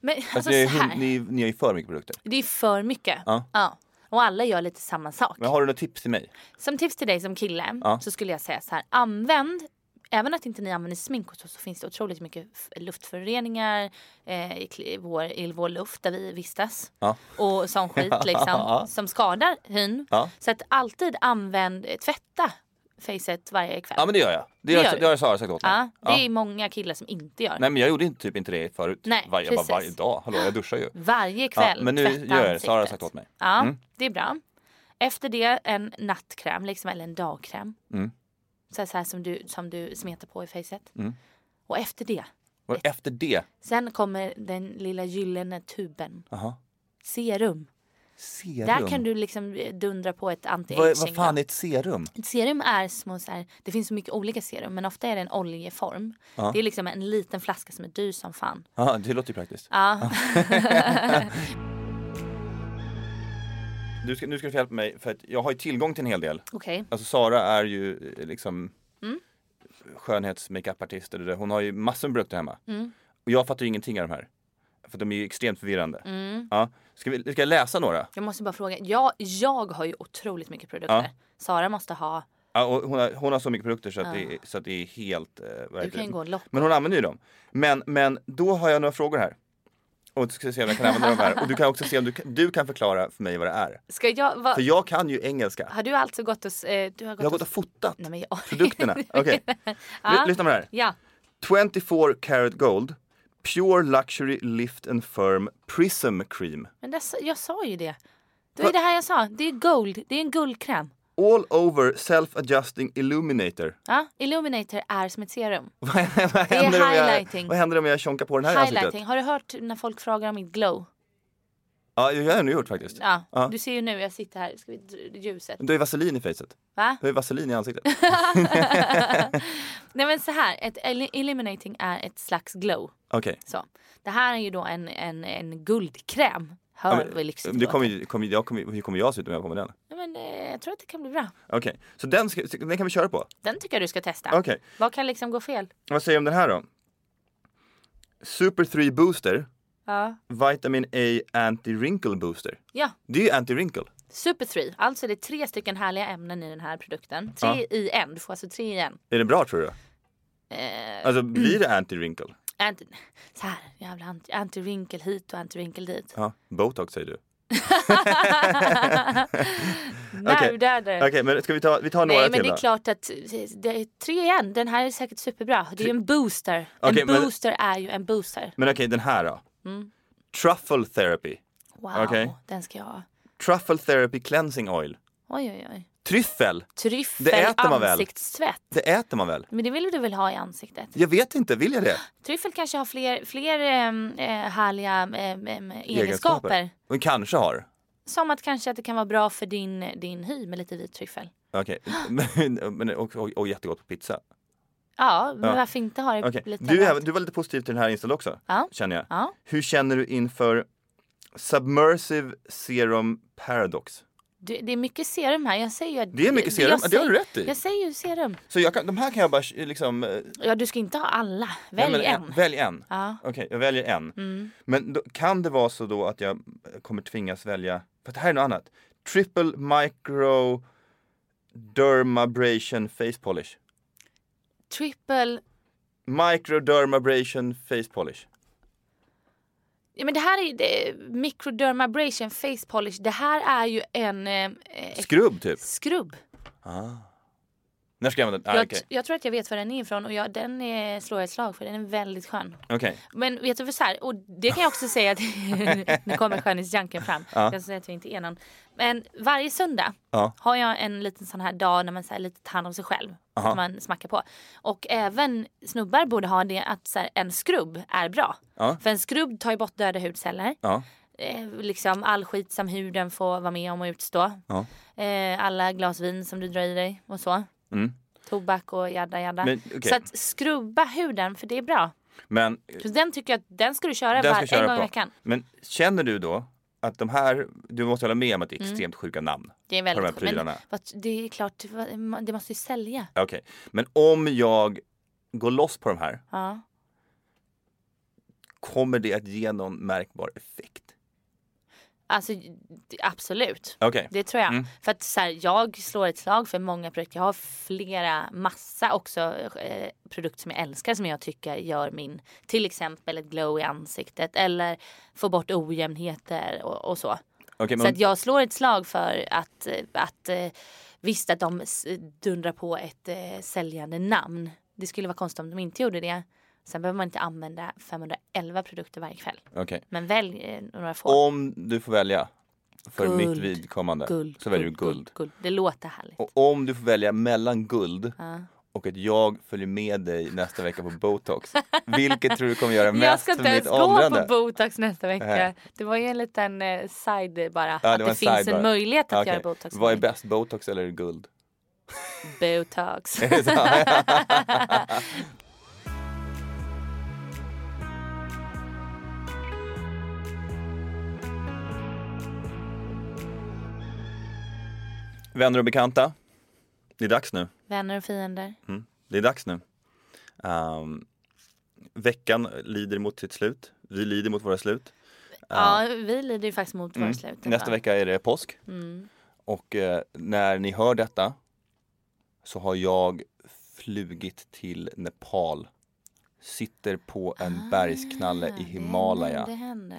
Speaker 3: Men
Speaker 2: Alltså,
Speaker 3: alltså
Speaker 2: det
Speaker 3: så
Speaker 2: är, hund-
Speaker 3: här,
Speaker 2: ni, ni har ju för mycket produkter.
Speaker 3: det är för mycket.
Speaker 2: Ja.
Speaker 3: Och alla gör lite samma sak.
Speaker 2: Men har du några tips till mig?
Speaker 3: Som tips till dig som kille
Speaker 2: Ja.
Speaker 3: så skulle jag säga så här, använd Även att inte ni använder smink och så, så finns det otroligt mycket f- luftföroreningar eh, i, kli- i, vår, i vår luft där vi vistas.
Speaker 2: Ja.
Speaker 3: Och sån skit
Speaker 2: Ja.
Speaker 3: liksom som skadar hyn.
Speaker 2: Ja.
Speaker 3: Så att alltid använd, eh, tvätta facet varje kväll.
Speaker 2: Ja men det gör jag. Det, gör,
Speaker 3: gör
Speaker 2: det
Speaker 3: du.
Speaker 2: har Sara sagt åt mig.
Speaker 3: Ja, det
Speaker 2: Ja.
Speaker 3: är många killar som inte gör.
Speaker 2: Nej men jag gjorde inte, typ inte det förut.
Speaker 3: Nej,
Speaker 2: Var, jag bara,
Speaker 3: precis.
Speaker 2: varje dag, hallå jag duschar ju.
Speaker 3: Varje kväll
Speaker 2: men nu
Speaker 3: tvätta
Speaker 2: gör jag det. Sara har
Speaker 3: ansiktet.
Speaker 2: sagt åt mig.
Speaker 3: Ja,
Speaker 2: Mm.
Speaker 3: det är bra. Efter det en nattkräm liksom, eller en dagkräm.
Speaker 2: Mm.
Speaker 3: Så här, så här som, du, som du smetar på i facet.
Speaker 2: Mm.
Speaker 3: Och efter det.
Speaker 2: Och efter det,
Speaker 3: Sen kommer den lilla gyllene tuben.
Speaker 2: aha,
Speaker 3: Serum.
Speaker 2: serum.
Speaker 3: Där kan du liksom eh, dundra på ett
Speaker 2: Vad,
Speaker 3: anti-aging.
Speaker 2: vad fan är ett serum?
Speaker 3: Ett serum är små så här, det finns så mycket olika serum men ofta är det en oljeform. Det är liksom en liten flaska som är dyr som fan.
Speaker 2: Ja, det låter ju praktiskt.
Speaker 3: Ja.
Speaker 2: Du ska, nu ska du få hjälpa mig för att jag har ju tillgång till en hel del.
Speaker 3: Okej.
Speaker 2: Alltså Sara är ju eh, liksom
Speaker 3: Mm.
Speaker 2: skönhets makeupartist eller det. Hon har ju massor med produkter hemma.
Speaker 3: Mm.
Speaker 2: Och jag fattar ju ingenting av de här. För de är ju extremt förvirrande.
Speaker 3: Mm.
Speaker 2: Ja. Ska, vi, ska jag läsa några?
Speaker 3: Jag måste bara fråga. Jag, jag har ju otroligt mycket produkter.
Speaker 2: Ja.
Speaker 3: Sara måste ha.
Speaker 2: Ja, och hon, har, hon har så mycket produkter så att, det, är- så att det är helt... Eh,
Speaker 3: Du kan
Speaker 2: verkligen.
Speaker 3: ju gå lopp.
Speaker 2: Men hon använder ju dem. Men, men då har jag några frågor här. Och du ska se om jag kan använda de här. Och du kan också se om du, kan- du kan förklara för mig vad det är.
Speaker 3: Ska jag, vad-
Speaker 2: För jag kan ju engelska.
Speaker 3: Har du alltså gått och... s- Eh, du har gått
Speaker 2: Jag har gått
Speaker 3: och
Speaker 2: och
Speaker 3: s-
Speaker 2: fotat
Speaker 3: Nej, men jag...
Speaker 2: produkterna. Okej, L- lyssna på det här.
Speaker 3: Ja.
Speaker 2: 24 karat gold, pure luxury lift and firm prism cream.
Speaker 3: Men det, sa- jag sa ju det. Det var ju det här jag sa. Det är gold. Det är en guldkräm.
Speaker 2: All over self adjusting illuminator.
Speaker 3: Ja, Illuminator är som ett serum.
Speaker 2: vad händer om jag,
Speaker 3: highlighting.
Speaker 2: vad händer om jag tjonkar på den här i
Speaker 3: Highlighting.
Speaker 2: ansiktet?
Speaker 3: Har du hört när folk frågar om mitt glow?
Speaker 2: Ja, jag har jag nu gjort faktiskt.
Speaker 3: Ja,
Speaker 2: Ja.
Speaker 3: du ser ju nu. Jag sitter här. Ska vi dr- ljuset?
Speaker 2: Du har ju vaselin i facet.
Speaker 3: Va?
Speaker 2: Du har ju vaselin i ansiktet.
Speaker 3: Nej men så här. Ett el- illuminating är ett slags glow.
Speaker 2: Okej.
Speaker 3: Så. Det här är ju då en, en, en guldkräm. Hör
Speaker 2: Ja, men
Speaker 3: vad lyxigt
Speaker 2: det
Speaker 3: låter.
Speaker 2: kommer, ju- kommer, jag kommer, hur kommer jag se ut om jag har på mig den?
Speaker 3: Nej, men, eh, Jag tror att det kan bli bra.
Speaker 2: Okej, så den, ska, den kan vi köra på.
Speaker 3: Den tycker jag du ska testa.
Speaker 2: Okej,
Speaker 3: Vad kan liksom gå fel?
Speaker 2: vad säger du om den här då? Super 3 Booster,
Speaker 3: Ja.
Speaker 2: Vitamin A Anti Wrinkle Booster.
Speaker 3: Ja,
Speaker 2: Det är ju anti wrinkle.
Speaker 3: Super 3. Alltså det är tre stycken härliga ämnen i den här produkten. Tre
Speaker 2: Ja.
Speaker 3: i en. Du får alltså tre i en.
Speaker 2: Är det bra tror du?
Speaker 3: Eh,
Speaker 2: Alltså blir det anti wrinkle?
Speaker 3: anti, så här, jävla anti- anti-wrinkle hit och anti-wrinkle dit.
Speaker 2: Ja, botox säger du. Okej.
Speaker 3: Nervdödare.
Speaker 2: Okej, men ska vi ta, vi tar några
Speaker 3: Nej men
Speaker 2: till
Speaker 3: det är
Speaker 2: då?
Speaker 3: klart att eh, det är tre i en. Den här är säkert superbra. Det är ju en booster.
Speaker 2: Okej,
Speaker 3: en
Speaker 2: men-
Speaker 3: booster är ju en booster.
Speaker 2: Men okej, den här då? Truffle Therapy,
Speaker 3: Wow,
Speaker 2: Okej.
Speaker 3: den ska jag ha.
Speaker 2: Truffle Therapy Cleansing Oil.
Speaker 3: Oj oj oj.
Speaker 2: Tryffel,
Speaker 3: Tryffel,
Speaker 2: Det äter man väl?
Speaker 3: ansiktstvätt.
Speaker 2: det äter man väl?
Speaker 3: Men det vill du väl ha i ansiktet?
Speaker 2: Jag vet inte, vill jag det?
Speaker 3: Tryffel kanske har fler, fler ehm, eh, härliga ehm, ehm, egenskaper.
Speaker 2: Men kanske har.
Speaker 3: Som att kanske att det kan vara bra för din, din hy med lite vit tryffel.
Speaker 2: Okej, men, men, och, och, och jättegott på pizza.
Speaker 3: Ja, men
Speaker 2: Ja.
Speaker 3: varför inte ha det
Speaker 2: Okej.
Speaker 3: lite
Speaker 2: Du, är,
Speaker 3: överallt?
Speaker 2: du var lite positiv till den här inställd också,
Speaker 3: Ja.
Speaker 2: känner jag.
Speaker 3: Ja.
Speaker 2: Hur känner du inför Submersive Serum Paradox?
Speaker 3: Du, det är mycket serum här. Jag säger ju att,
Speaker 2: Det är mycket serum.
Speaker 3: jag
Speaker 2: Ja, det har du
Speaker 3: säger-
Speaker 2: rätt i.
Speaker 3: Jag säger ju serum.
Speaker 2: Så jag kan, de här kan jag bara liksom... eh,
Speaker 3: Ja, du ska inte ha alla.
Speaker 2: nej,
Speaker 3: Välj
Speaker 2: men eh,
Speaker 3: en.
Speaker 2: Välj en.
Speaker 3: Ja.
Speaker 2: Okej, jag väljer en.
Speaker 3: Mm.
Speaker 2: Men då, kan det vara så då att jag kommer tvingas välja, för det här är något annat. Triple Micro Dermabrasion Face Polish.
Speaker 3: Triple.
Speaker 2: Micro Dermabrasion Face Polish.
Speaker 3: Ja, men det här är det, microdermabrasion face polish. Det här är ju en eh, eh,
Speaker 2: Skrubb typ.
Speaker 3: skrubb.
Speaker 2: När ska jag använda den? Ah,
Speaker 3: Jag,
Speaker 2: Okej.
Speaker 3: jag tror att jag vet var den är ifrån och jag, den är, slår jag ett slag för. Den är väldigt skön.
Speaker 2: Okej.
Speaker 3: Men vet du vad så här, och det kan jag också säga att nu kommer skönhetsjanken fram. Jag ska säga att jag inte är någon. Men varje söndag
Speaker 2: Ja.
Speaker 3: har jag en liten sån här dag när man så här, lite tar hand om sig själv. Som man smackar på. Och även snubbar borde ha det att så här, en skrubb är bra.
Speaker 2: Ja.
Speaker 3: För en skrubb tar ju bort döda hudceller.
Speaker 2: Ja.
Speaker 3: Eh, liksom all skit som huden får vara med om och utstå.
Speaker 2: Ja.
Speaker 3: Eh, alla glas vin som du drar i dig och så.
Speaker 2: Mm.
Speaker 3: Tobak och jadda jadda.
Speaker 2: Men, okej.
Speaker 3: Så att skrubba huden för det är bra.
Speaker 2: Men
Speaker 3: Så den tycker jag att den ska du köra,
Speaker 2: Den ska
Speaker 3: var,
Speaker 2: köra
Speaker 3: en gång
Speaker 2: på.
Speaker 3: i veckan.
Speaker 2: Men känner du då att de här, du måste hålla med om att det är
Speaker 3: Mm.
Speaker 2: extremt sjuka namn?
Speaker 3: Det är
Speaker 2: På de här
Speaker 3: väldigt skönt.
Speaker 2: prylarna?
Speaker 3: Men vad, det är klart, vad- det måste ju sälja.
Speaker 2: Okej, men om jag går loss på de här,
Speaker 3: Ja.
Speaker 2: kommer det att ge någon märkbar effekt?
Speaker 3: Alltså det- absolut.
Speaker 2: Okej,
Speaker 3: Det tror
Speaker 2: Mm.
Speaker 3: jag. För att så här, jag slår ett slag för många produkter. Jag har flera, massa också eh, produkter som jag älskar som jag tycker gör min, till exempel ett glow i ansiktet eller få bort ojämnheter och, och så.
Speaker 2: Okej,
Speaker 3: Så
Speaker 2: men
Speaker 3: att jag slår ett slag för att, eh, att eh, visst att de s- dundrar på ett eh, säljande namn. Det skulle vara konstigt om de inte gjorde det. Sen behöver man inte använda 511 produkter varje kväll.
Speaker 2: okej.
Speaker 3: Men välj eh, några få.
Speaker 2: om du får välja för mitt
Speaker 3: Guld.
Speaker 2: vidkommande
Speaker 3: guld,
Speaker 2: så väljer du guld.
Speaker 3: guld. Det låter härligt.
Speaker 2: Och om du får välja mellan guld och att jag följer med dig nästa vecka på botox, vilket tror du kommer göra mest
Speaker 3: Jag ska
Speaker 2: för
Speaker 3: inte
Speaker 2: mitt
Speaker 3: ens gå
Speaker 2: åldrande?
Speaker 3: på botox nästa vecka.
Speaker 2: Nej.
Speaker 3: Det var ju en liten eh, side bara.
Speaker 2: Ja,
Speaker 3: att
Speaker 2: var
Speaker 3: det
Speaker 2: en
Speaker 3: finns
Speaker 2: sidebar. Ah,
Speaker 3: en möjlighet att
Speaker 2: Okej.
Speaker 3: göra botox.
Speaker 2: Vad är bäst, botox eller guld?
Speaker 3: Botox.
Speaker 2: Vänner och bekanta, det är dags nu.
Speaker 3: Vänner och fiender.
Speaker 2: Det är dags nu. Ehm, veckan lider mot sitt slut. Vi lider mot våra slut.
Speaker 3: Ja, vi lider ju faktiskt mot våra slut.
Speaker 2: Mm. Nästa vecka är det påsk.
Speaker 3: Mm.
Speaker 2: Och eh, när ni hör detta så har jag flugit till Nepal. Sitter på en bergsknalle i Himalaya.
Speaker 3: Ah,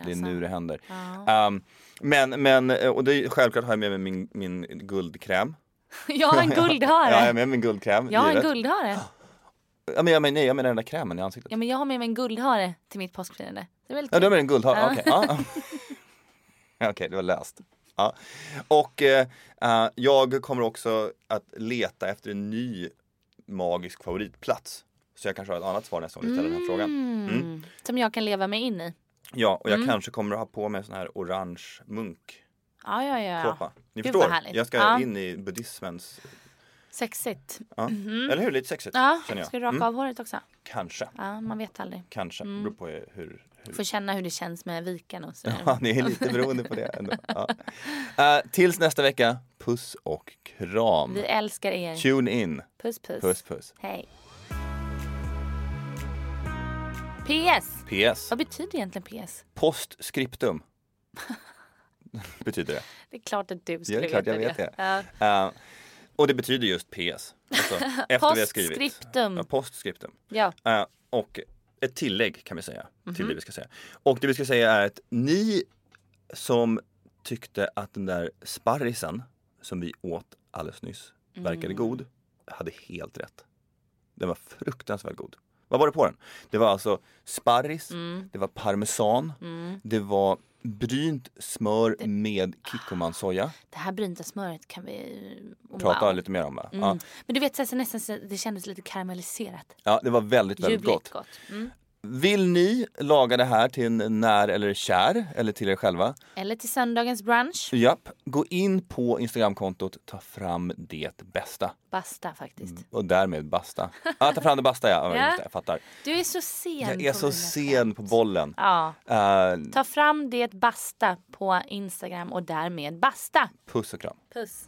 Speaker 3: Det är nu det händer,
Speaker 2: Det är
Speaker 3: alltså.
Speaker 2: nu det händer. Ehm, men, men, eh, och det är, självklart har jag med mig min, min guldkräm.
Speaker 3: Jag har en
Speaker 2: Ja,
Speaker 3: guldhare.
Speaker 2: jag har med mig min guldkräm.
Speaker 3: jag har en
Speaker 2: givet.
Speaker 3: guldhare.
Speaker 2: Ah. Ja, men, jag menar- nej, jag menar den där krämen i ansiktet.
Speaker 3: Ja, men jag har med mig en guldhare till mitt påskfirande. Det är väldigt
Speaker 2: Ja,
Speaker 3: kul.
Speaker 2: du har med en guldhare? Ja. Okej, ja. Okej, det var löst. Ja. Och eh, eh, jag kommer också att leta efter en ny magisk favoritplats. Så jag kanske har ett annat svar nästa gång du ställer den här frågan.
Speaker 3: Mm. Som jag kan leva mig in i.
Speaker 2: Ja, och jag kanske kommer att ha på mig en sån här orange munkkåpa.
Speaker 3: Ja, ja, ja.
Speaker 2: Ni
Speaker 3: Gud,
Speaker 2: förstår,
Speaker 3: vad härligt.
Speaker 2: jag ska
Speaker 3: Ja.
Speaker 2: in i buddhismens...
Speaker 3: Sexigt.
Speaker 2: Ja. Eller hur? Lite sexigt
Speaker 3: Mhm. Ja,
Speaker 2: känner jag.
Speaker 3: ska du raka
Speaker 2: Mm.
Speaker 3: av håret också?
Speaker 2: Kanske,
Speaker 3: Ja, man vet aldrig.
Speaker 2: kanske. Beror på hur, hur
Speaker 3: Får känna hur det känns med viken och sådär.
Speaker 2: Ja, ni är lite beroende på det ändå. Ja. Eh, tills nästa vecka, puss och kram.
Speaker 3: Vi älskar er.
Speaker 2: Tune in.
Speaker 3: Puss, puss.
Speaker 2: Puss puss.
Speaker 3: Hej. PS.
Speaker 2: PS.
Speaker 3: Vad betyder egentligen PS?
Speaker 2: Postscriptum. betyder det.
Speaker 3: Det är klart att du
Speaker 2: Ja, det
Speaker 3: skulle
Speaker 2: är klart
Speaker 3: veta
Speaker 2: jag vet det.
Speaker 3: Ja.
Speaker 2: Eh, och det betyder just PS. Alltså, efter vi har skrivit.
Speaker 3: Postscriptum.
Speaker 2: Ja, postscriptum.
Speaker 3: Ja.
Speaker 2: Eh, och ett tillägg kan vi säga
Speaker 3: Mhm.
Speaker 2: till det vi ska säga. Och det vi ska säga är att ni som tyckte att den där sparrisen som vi åt alldeles nyss
Speaker 3: Mm.
Speaker 2: verkade god hade helt rätt. Den var fruktansvärt god. Vad var det på den? Det var alltså sparris,
Speaker 3: Mm.
Speaker 2: det var parmesan, det var brynt smör med kikkomansoja.
Speaker 3: Det här brynta smöret kan vi... Oh,
Speaker 2: Prata
Speaker 3: wow.
Speaker 2: lite mer om det. Ja,
Speaker 3: Mm. Men du vet, så här, så nästan, så, det kändes lite karamelliserat.
Speaker 2: ja, det var väldigt, väldigt
Speaker 3: Ljuvligt
Speaker 2: gott.
Speaker 3: gott. Mm.
Speaker 2: Vill ni laga det här till en när eller kär eller till er själva?
Speaker 3: Eller till söndagens brunch.
Speaker 2: Japp, gå in på Instagramkontot ta fram det bästa.
Speaker 3: Basta faktiskt.
Speaker 2: Och därmed basta. Ah, ta fram det bästa ja, ja.
Speaker 3: Ja.
Speaker 2: Just det, jag fattar.
Speaker 3: Du är så sen.
Speaker 2: Jag är
Speaker 3: på
Speaker 2: så
Speaker 3: mina
Speaker 2: sen
Speaker 3: skämt.
Speaker 2: på bollen.
Speaker 3: Ja.
Speaker 2: Eh,
Speaker 3: Ta fram det basta på Instagram och därmed basta.
Speaker 2: puss och kram.
Speaker 3: Puss.